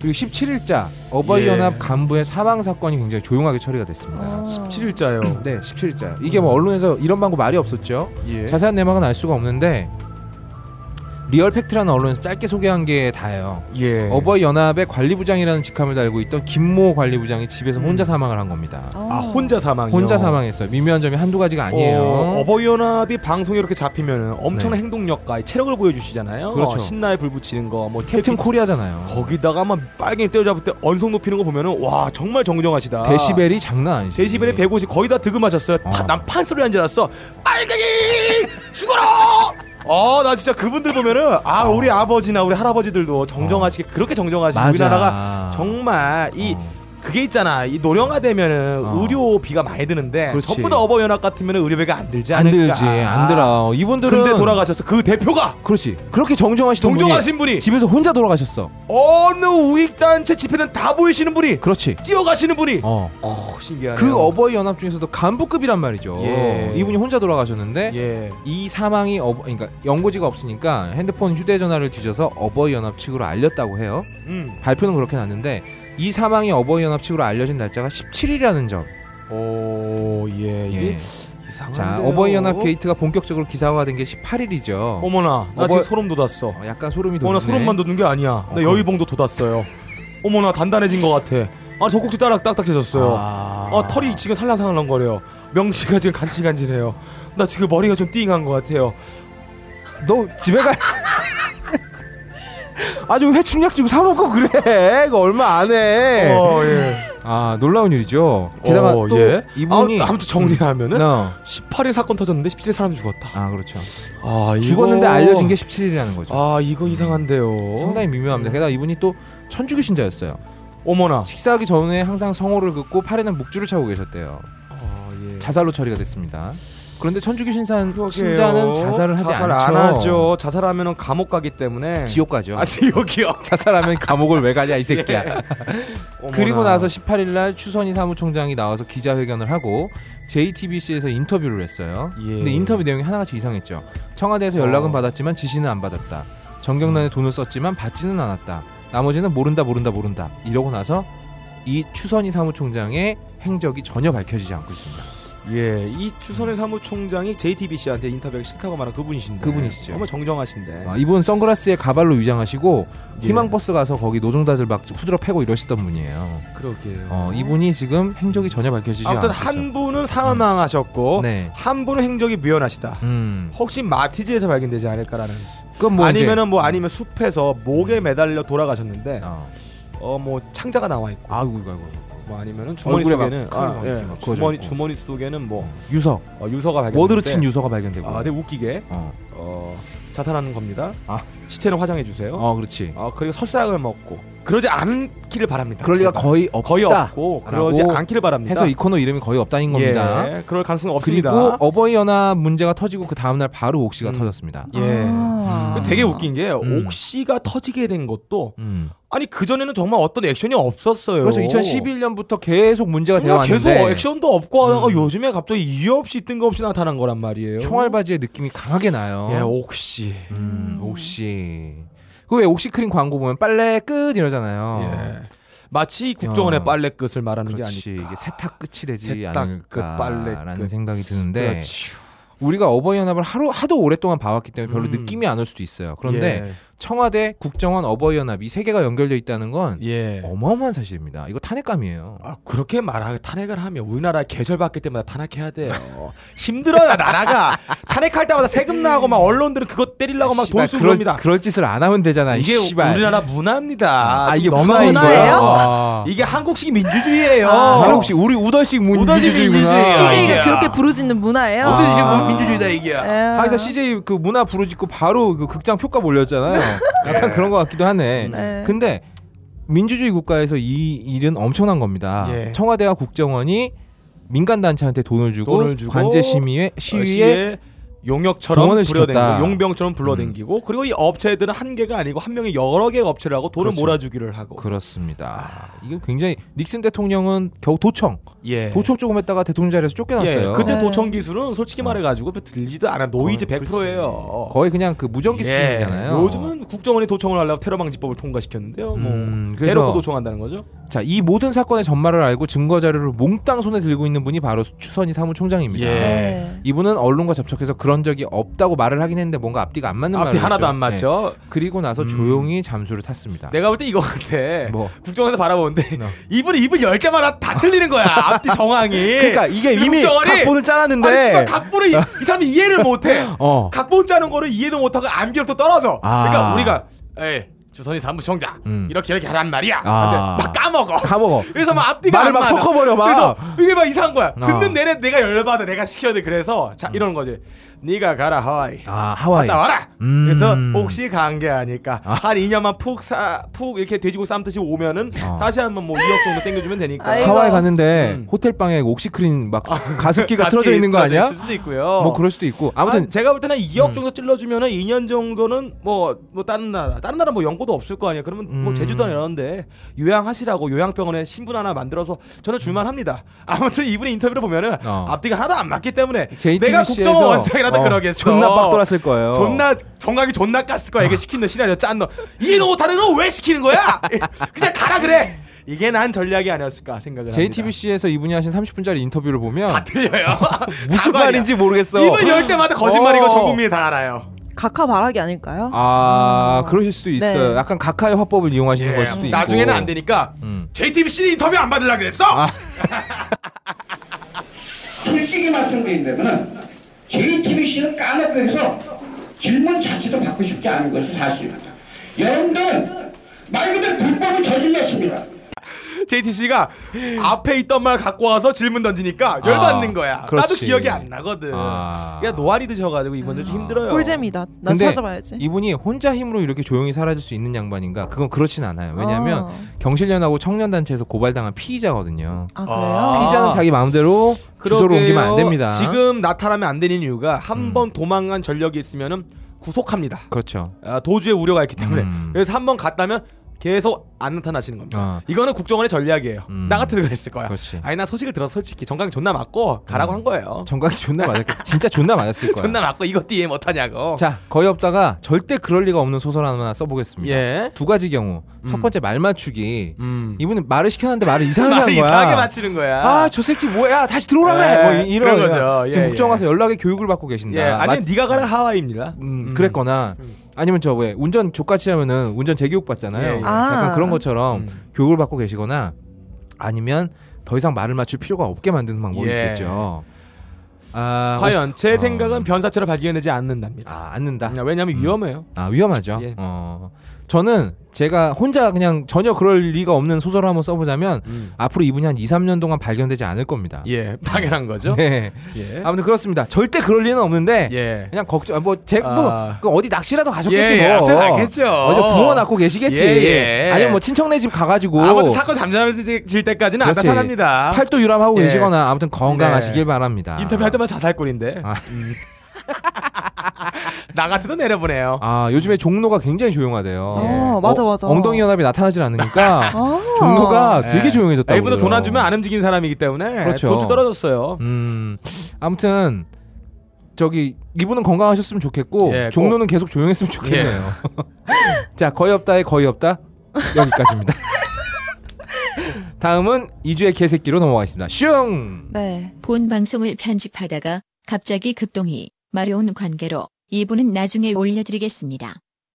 S3: 그리고 17일자 어버이연합
S1: 예.
S3: 간부의 사망 사건이 굉장히 조용하게 처리가 됐습니다.
S2: 아.
S1: 17일자요.
S3: 네, 17일자. 이게 뭐 언론에서 이런 방구 말이 없었죠.
S1: 예.
S3: 자세한 내막은 알 수가 없는데 리얼팩트라는 언론에서 짧게 소개한 게 다예요.
S1: 예.
S3: 어버이 연합의 관리부장이라는 직함을 달고 있던 김모 관리부장이 집에서 혼자 사망을 한 겁니다.
S1: 음. 아 혼자 사망이요.
S3: 혼자 사망했어요. 미묘한 점이 한두 가지가 아니에요. 네.
S1: 어, 버이 연합이 방송에 이렇게 잡히면 엄청난 행동력과 체력을 보여주시잖아요.
S3: 그렇죠.
S1: 어, 신나에 불 붙이는 거, 뭐
S3: 캡틴
S1: 탭-
S3: 코리아잖아요.
S1: 거기다가 막 빨갱이 떼어잡을 때 언성 높이는 거 보면은 와 정말 정정하시다.
S3: 데시벨이 장난 예. 아니지.
S1: 데시벨에 150 거의 다 득음하셨어요.
S3: 어.
S1: 다 난판 소리 안 지났어. 빨갱이 죽어라. 어, 나 진짜 그분들 보면은 아 우리 아버지나 우리 할아버지들도 정정하시게 그렇게 정정하시고
S3: 어. 맞아.
S1: 우리나라가 정말 이
S3: 어.
S1: 그게 있잖아. 이 노령화되면은
S3: 어.
S1: 의료비가 많이 드는데
S3: 그렇지.
S1: 전부 다 어버연합 같으면은 의료비가 안 들지
S3: 안
S1: 않을까. 아.
S3: 들지 안 들어. 이분들은
S1: 근데 돌아가셨어. 그 대표가
S3: 그렇지. 그렇게 정정하시던 분이
S1: 동정하신 분이
S3: 집에서 혼자 돌아가셨어.
S1: 어느 우익 단체 집회는 다 보이시는 분이
S3: 그렇지.
S1: 뛰어가시는 분이
S3: 어.
S1: 어, 신기하네요.
S3: 그 어버이 연합 중에서도 간부급이란 말이죠.
S1: 예.
S3: 이분이 혼자 돌아가셨는데
S1: 예.
S3: 이 사망이 어, 그러니까 연고지가 없으니까 핸드폰 휴대전화를 뒤져서 어버이 연합 측으로 알렸다고 해요.
S1: 음.
S3: 발표는 그렇게 났는데 이 사망이 어버이 연합 측으로 알려진 날짜가 17일이라는 점.
S1: 오, 예.
S3: 예.
S1: 예. 이상한데요.
S3: 자, 어버이 연합 게이트가 본격적으로 기사화된 게 18일이죠.
S1: 어머나, 나
S3: 어버-
S1: 지금 소름 돋았어.
S3: 약간 소름이 아, 돋네.
S1: 어머나 소름만 돋는 게 아니야. 나
S3: 그럼.
S1: 여의봉도 돋았어요. 어머나 단단해진 것 같아. 아 젖꼭지 따락 딱딱해졌어요.
S3: 아,
S1: 아 털이 지금 살랑살랑 거려요. 명치가 지금 간질간질해요. 나 지금 머리가 좀 띵한 것 같아요.
S3: 너 집에 가. 아주 회충약 좀 사먹고 그래. <laughs> 이거 얼마 안
S1: <laughs>
S3: 해.
S1: 어, 예.
S3: 아 놀라운 일이죠. 게다가
S1: 어,
S3: 또
S1: 예.
S3: 이분이
S1: 아, 아무튼 정리하면은
S3: 어.
S1: 18일 사건 터졌는데 17일 사람 죽었다.
S3: 아 그렇죠.
S1: 아, 이거-
S3: 죽었는데 알려진 게 17일이라는 거죠.
S1: 아 어? 이거 이상한데요.
S3: 상당히 미묘합니다. 게다가 이분이 또 천주교 신자였어요.
S1: 어머나.
S3: 식사하기 전에 항상 성호를 긋고 팔에는 묵주를 차고 계셨대요.
S1: 아, 예.
S3: 자살로 처리가 됐습니다. 그런데 천주교 신산 신자는 자살을 하지
S1: 자살
S3: 않죠. 네.
S1: 안 하죠. 자살하면은 감옥 가기 때문에.
S3: 지옥 가죠.
S1: 아 지옥이요.
S3: 자살하면 감옥을 왜 가냐 이 <laughs> 새끼야.
S1: 어머나.
S3: <laughs> 그리고 나서 18일 날 추선희 사무총장이 나와서 기자회견을 하고 JTBC에서 인터뷰를 했어요.
S1: 예.
S3: 근데 인터뷰 내용이 하나같이 이상했죠. 청와대에서 연락은
S1: 어.
S3: 받았지만 지시는 안 받았다. 정경란에 돈을 썼지만 받지는 않았다. 나머지는 모른다 모른다 모른다. 이러고 나서 이 추선희 사무총장의 행적이 전혀 밝혀지지 않고 있습니다.
S1: 예, 이 추선의 사무총장이 JTBC한테 인터뷰하기 싫다고 말한 그분이신데.
S3: 그분이시죠.
S1: 정말 정정하신데.
S3: 아, 이분 선글라스에 가발로 위장하시고
S1: 네.
S3: 희망버스 가서 거기 노동자들 막 후드려 패고 이러시던 분이에요.
S1: 그러게요.
S3: 어, 이분이 지금 행적이 전혀 밝혀지지 않고
S1: 음. 아무튼
S3: 있어요. 음.
S1: 한 분은 사망하셨고
S3: 네.
S1: 한 분은 행적이 미연하시다.
S3: 음.
S1: 혹시 마티즈에서 발견되지 않을까라는.
S3: 그건 뭐 이제- 음.
S1: 아니면은 뭐 아니면 숲에서 목에 매달려 돌아가셨는데
S3: 어.
S1: 어 뭐 창자가 나와 있고.
S3: 아이고 이거 이거.
S1: 뭐 아니면은 주머니
S3: 얼굴에 막
S1: 속에는
S3: 칼이 막
S1: 아,
S3: 이렇게 막
S1: 예,
S3: 그어져
S1: 주머니
S3: 있고. 뭐
S1: 주머니 속에는 뭐
S3: 유서
S1: 어, 유서가 발견.
S3: 워드로 친 유서가 발견되고.
S1: 아, 되게 웃기게
S3: 어.
S1: 어, 자살하는 겁니다.
S3: 아.
S1: 시체는 화장해 주세요.
S3: 어, 그렇지.
S1: 어, 그리고 설사약을 먹고 그러지 않기를 바랍니다.
S3: 그럴 리가
S1: 제발.
S3: 그러니까 거의 없다.
S1: 아, 거의 없고 그러지
S3: 라고
S1: 않기를 바랍니다.
S3: 해서 이 코너 이름이 거의 없다인 겁니다.
S1: 예, 그럴 가능성은
S3: 그리고
S1: 없습니다.
S3: 어버이 연합 문제가 터지고 그 다음 날 바로 옥시가
S1: 음.
S3: 터졌습니다.
S1: 예.
S2: 아.
S1: 그 되게 웃긴 게
S3: 음.
S1: 옥시가 터지게 된 것도
S3: 음.
S1: 아니 그 전에는 정말 어떤 액션이 없었어요.
S3: 그래서 2011년부터 계속 문제가 되어
S1: 정말 계속
S3: 왔는데
S1: 액션도 없고 하다가
S3: 음.
S1: 요즘에 갑자기 이유 없이 뜬금없이 나타난 거란 말이에요.
S3: 총알 바지의 느낌이 강하게 나요.
S1: 예, 옥시.
S3: 음, 옥시. 그왜 옥시 크림 광고 보면 빨래 끝 이러잖아요.
S1: 예. 마치 국정원의
S3: 어.
S1: 빨래 끝을 말하는
S3: 그렇지.
S1: 게 아닐까.
S3: 이게 세탁 끝이 되지
S1: 세탁 끝, 빨래
S3: 않을까라는
S1: 끝.
S3: 생각이 드는데
S1: 그렇지.
S3: 우리가 어버이 연합을 하루 하도 오랫동안 봐왔기 때문에 별로
S1: 음. 예.
S3: 느낌이 안 올 수도 있어요. 그런데 청와대, 국정원, 어버이 연합 이 세 개가 연결되어 있다는 건
S1: 예. 예.
S3: 어마어마한 사실입니다. 이거 탄핵감이에요.
S1: 아, 그렇게 말하고 탄핵을 하면 우리나라 계절 받기 때마다 탄핵해야 돼요. 힘들어요 나라가 탄핵할 때마다 세금 나고 막 언론들은 그거 때리려고 막
S3: 아, 씨발,
S1: 돈쓰고
S3: 그럴,
S1: 합니다.
S3: 그럴 짓을 안 하면 되잖아. 이
S1: 이게
S3: 씨발.
S1: 우리나라 문화입니다.
S3: 아 이게
S1: 좀
S3: 문화인
S1: 넘어가지
S2: 거예요?
S3: 거야?
S1: 마요.
S3: 아.
S1: 이게 한국식 민주주의예요.
S2: 아,
S3: 아, 혹시 우리 우더식 문
S1: 우더식
S3: 민주주의구나.
S1: 민주주의예요.
S2: CJ가
S1: 야.
S2: 그렇게 부르짖는 문화예요.
S3: 아.
S1: 모든 지금 민주주의다 이게.
S2: 예.
S3: 아, 그래서 CJ 그 문화 부르짖고 바로 그 극장
S1: <laughs>
S3: 표값 올렸잖아요.
S1: 네.
S3: 약간 그런 것 같기도 하네.
S2: 네.
S3: 근데 민주주의 국가에서 이 일은 엄청난 겁니다.
S1: 예.
S3: 청와대와 국정원이 민간 단체한테 돈을 주고,
S1: 돈을 주고,
S3: 관제 시위에 아, 시위에
S1: 시위에 용역처럼
S3: 동원을 시켰다. 음.
S1: 불러댕기고 용병처럼 불러댕기고 그리고 이 업체들은 한 개가 아니고 한 명이 여러 개의 업체를 하고 돈을
S3: 그렇죠.
S1: 몰아주기를 하고
S3: 그렇습니다. 아, 이게 굉장히 닉슨 대통령은 겨우 도청
S1: 예.
S3: 도청 조금 했다가 대통령 자리에서 쫓겨났어요. 어.
S1: 예. 그때
S2: 네.
S1: 도청 기술은 솔직히 말해가지고 들리지도 않아 노이즈 100%예요. 예.
S3: 거의 그냥 그 무전기 수준이잖아요.
S1: 요즘은 국정원이 도청을 하려고 테러 방지법을 통과시켰는데요. 뭐
S3: 음, 그래서-
S1: 대놓고 도청한다는 거죠.
S3: 자, 이 모든 사건의 전말을 알고 증거 자료를 몽땅 손에 들고 있는 분이 바로 추선희 사무총장입니다.
S1: 예.
S2: 네.
S3: 이분은 언론과 접촉해서 그런 적이 없다고 말을 하긴 했는데 뭔가 앞뒤가 안 맞는
S1: 앞뒤
S3: 말을
S1: 하나도
S3: 했죠.
S1: 안
S3: 예.
S1: 맞죠.
S3: 그리고 나서
S1: 음. 네.
S3: 조용히 잠수를 탔습니다.
S1: 내가 볼 때 이거 같아.
S3: 뭐
S1: 국정원에서 바라보는데
S3: 어.
S1: 이분이 <laughs> 입을 열 개마다 다 틀리는 거야. 앞뒤 정황이.
S6: 그러니까 이게 이미
S1: 육정원이-
S6: 각본을
S1: 아니
S6: 짜놨는데
S1: 씨발 각본을 이, 이 사람이 이해를
S3: <laughs>
S1: 못해.
S6: 어.
S1: 각본 짜는 거를 이해도 못하고 암기력도 떨어져.
S6: 아.
S1: 그러니까 우리가 에이 주선이 사무총장
S3: 음.
S1: 이렇게 이렇게 하란 말이야.
S6: 아.
S1: 근데 막 까먹어.
S6: 까먹어.
S1: 그래서 막 앞뒤가
S6: 말을
S1: 안
S6: 막
S1: 맞아.
S6: 섞어버려 막.
S1: 그래서 이게 막 이상한 거야.
S3: 아.
S1: 듣는 내내 내가 열받아. 내가 시켜야 돼. 그래서 자 이러는 거지. 네가 가라 하와이.
S3: 아 음. 하와이.
S1: 갔다 와라.
S3: 음.
S1: 그래서 혹시 간 게 아닐까. 한 2년만 푹사푹 이렇게 돼지고 쌈듯이 오면은 다시 한번 뭐 2억 정도 땡겨주면 되니까.
S2: 아이고.
S3: 어. 하와이 갔는데
S1: 음. 아,
S3: 호텔 방에 옥시크린 막 가습기가
S1: 가습기
S3: 틀어져 있는 거
S1: 틀어져
S3: 아니야?
S1: 있을 수도 있고요.
S3: 뭐 그럴 수도 있고
S1: 아무튼
S3: 아무튼
S1: 제가 볼 때는
S6: 음.
S1: 2억 정도 찔러주면은 2년 정도는 뭐 뭐 다른 나라 다른 나라 뭐 연고도 없을 거 아니야. 그러면 뭐
S3: 음.
S1: 제주도나 이런데 요양하시라고 요양병원에 신분 하나 만들어서 저는 줄만합니다. <laughs> 아무튼 이분의 인터뷰를 보면은
S3: 어.
S1: 앞뒤가 하나도 안 맞기 때문에
S3: JTBC
S1: 내가 국정원
S3: 에서,
S1: 원장이라도
S3: 어,
S1: 그러겠어.
S6: 존나 빡 돌았을 거예요.
S1: 존나 정강이 존나 깠을 거야. 이게 시킨 너 시나리오 짠 너.
S6: 음.
S1: 이해도 못하는 너 왜 시키는 거야? <laughs> 그냥 가라 그래. 이게 난 전략이 아니었을까 생각을 합니다.
S3: JTBC에서 이분이 하신 30분짜리 인터뷰를 보면
S1: 다 틀려요.
S6: <laughs> 무슨
S1: 다 말이야.
S6: 말인지 모르겠어.
S1: 입을 열 때마다 거짓말이고
S6: 어.
S1: 전 국민이 다 알아요.
S2: 각하 발악이 아닐까요?
S3: 아
S2: 아.
S3: 그러실 수도 있어요.
S2: 네.
S3: 약간 각하의 화법을 이용하시는 걸 수도 있고
S1: 예, 나중에는 안 되니까
S3: 음. 아.
S1: JTBC 인터뷰 안 받으려 그랬어?
S7: 일찍이 맞춘 게 있다면은 JTBC는 까놓고 해서 질문 자체도 받고 싶지 않은 것이 사실입니다. 여러분들 말 그대로 불법을 저질렀습니다.
S1: JTBC가 앞에 있던 말 갖고 와서 질문 던지니까 열받는 거야. 나도
S3: 아, 그렇지.
S1: 기억이 안 나거든.
S3: 아. 음.
S1: 그냥 노안이 드셔가지고 이번에 좀 힘들어요.
S2: 꿀잼이다. 나
S3: 근데
S2: 찾아봐야지.
S3: 이분이 혼자 힘으로 이렇게 조용히 사라질 수 있는 양반인가? 그건 그렇진 않아요. 왜냐하면
S2: 어.
S3: 경실련하고 청년단체에서 고발당한 피의자거든요.
S2: 아
S1: 아.
S2: 그래요?
S3: 피의자는 자기 마음대로 주소를
S1: 그러게요.
S3: 옮기면 안 됩니다. 음.
S1: 지금 나타나면 안 되는 이유가 한 번 도망간 전력이 있으면은 구속합니다.
S3: 그렇죠.
S1: 아, 도주의 우려가 있기 때문에
S3: 음.
S1: 그래서 한 번 갔다면 계속 안 나타나시는 겁니다.
S3: 아.
S1: 이거는 국정원의 전략이에요.
S3: 음.
S1: 나 같아도 그랬을 거야.
S3: 그렇지. 음.
S1: 아니 나 소식을 들어서 솔직히 정강 존나 맞고 가라고 한 거예요.
S3: 정각이 존나 맞았겠. 진짜 존나 맞았을
S1: <laughs>
S3: 거야.
S1: 존나 맞고 이것도 이해 못하냐고.
S3: 자 거의 없다가 절대 그럴 리가 없는 소설 하나 써보겠습니다.
S1: 예.
S3: 두 가지 경우. 첫 번째 말 맞추기.
S1: 음.
S3: 이분은 말을 시켜놨는데 말을 이상하게 한
S1: 말을
S3: 거야.
S1: 이상하게 맞추는 거야.
S3: 아 저 새끼 뭐야 다시 들어오라
S1: 예,
S3: 그래 뭐 이- 이런
S1: 그런 거죠. 예,
S3: 지금
S1: 예.
S3: 국정원에서 연락의 교육을 받고 계신다
S1: 예, 아니면
S3: 맞-
S1: 네가 가라 하와이입니다.
S3: 음, 그랬거나 아니면 저 왜 운전 족같이 하면은 운전 재교육 받잖아요
S1: 예, 예.
S2: 아.
S3: 약간 그런 것처럼
S1: 음.
S3: 교육을 받고 계시거나 아니면 더 이상 말을 맞출 필요가 없게 만드는 방법이
S1: 예.
S3: 있겠죠 아
S1: 과연
S3: 어스-
S1: 제
S3: 어.
S1: 생각은 변사체로 발견되지 않는답니다.
S3: 아 않는다
S1: 왜냐하면 위험해요.
S3: 아 위험하죠
S1: 예.
S3: 어 저는 제가 혼자 그냥 전혀 그럴 리가 없는 소설을 한번 써보자면 앞으로 이분이 한 2, 3년 동안 발견되지 않을 겁니다
S1: 음. 예, 당연한 거죠.
S3: 아. 네.
S1: 예.
S3: 아무튼 네. 그렇습니다. 절대 그럴 리는 없는데
S1: 예.
S3: 그냥 걱정 뭐제 뭐,
S1: 아.
S3: 그 어디 낚시라도 가셨겠지
S1: 예, 예,
S3: 뭐.
S1: 앞서 가겠죠.
S3: 어디 부어놨고 계시겠지.
S1: 예, 예.
S3: 아니면 뭐 친척네 집 가가지고
S1: 아무튼 사건 잠잠해질 때까지는 안
S3: 그렇지.
S1: 나타납니다.
S3: 팔도 유람하고
S1: 예.
S3: 계시거나 아무튼 건강하시길
S1: 네.
S3: 바랍니다.
S1: 인터뷰할 때마다 자살골인데.
S3: 아.
S1: 음. <laughs> 나 같아도 내려보내요.
S3: 아 요즘에 종로가 굉장히 조용하대요.
S2: 어, 맞아, 맞아.
S3: 엉덩이 연합이 나타나질 않으니까
S2: <laughs> 아.
S3: 종로가 되게 조용해졌다고.
S1: 이분도 예. 돈 안 주면 안 움직인 사람이기 때문에
S3: 그렇죠.
S1: 돈주 떨어졌어요.
S3: 음 아무튼 저기 이분은 건강하셨으면 좋겠고
S1: 예, 꼭. 예.
S3: 종로는 계속 조용했으면 좋겠네요. <laughs> 자 거의 없다의 거의 없다
S1: <laughs>
S3: 여기까지입니다. 다음은 이주의 개새끼로 넘어가겠습니다. 슝.
S2: 네.
S8: 본 방송을 편집하다가 갑자기 급동이 마려운 관계로 이분은 나중에 올려드리겠습니다.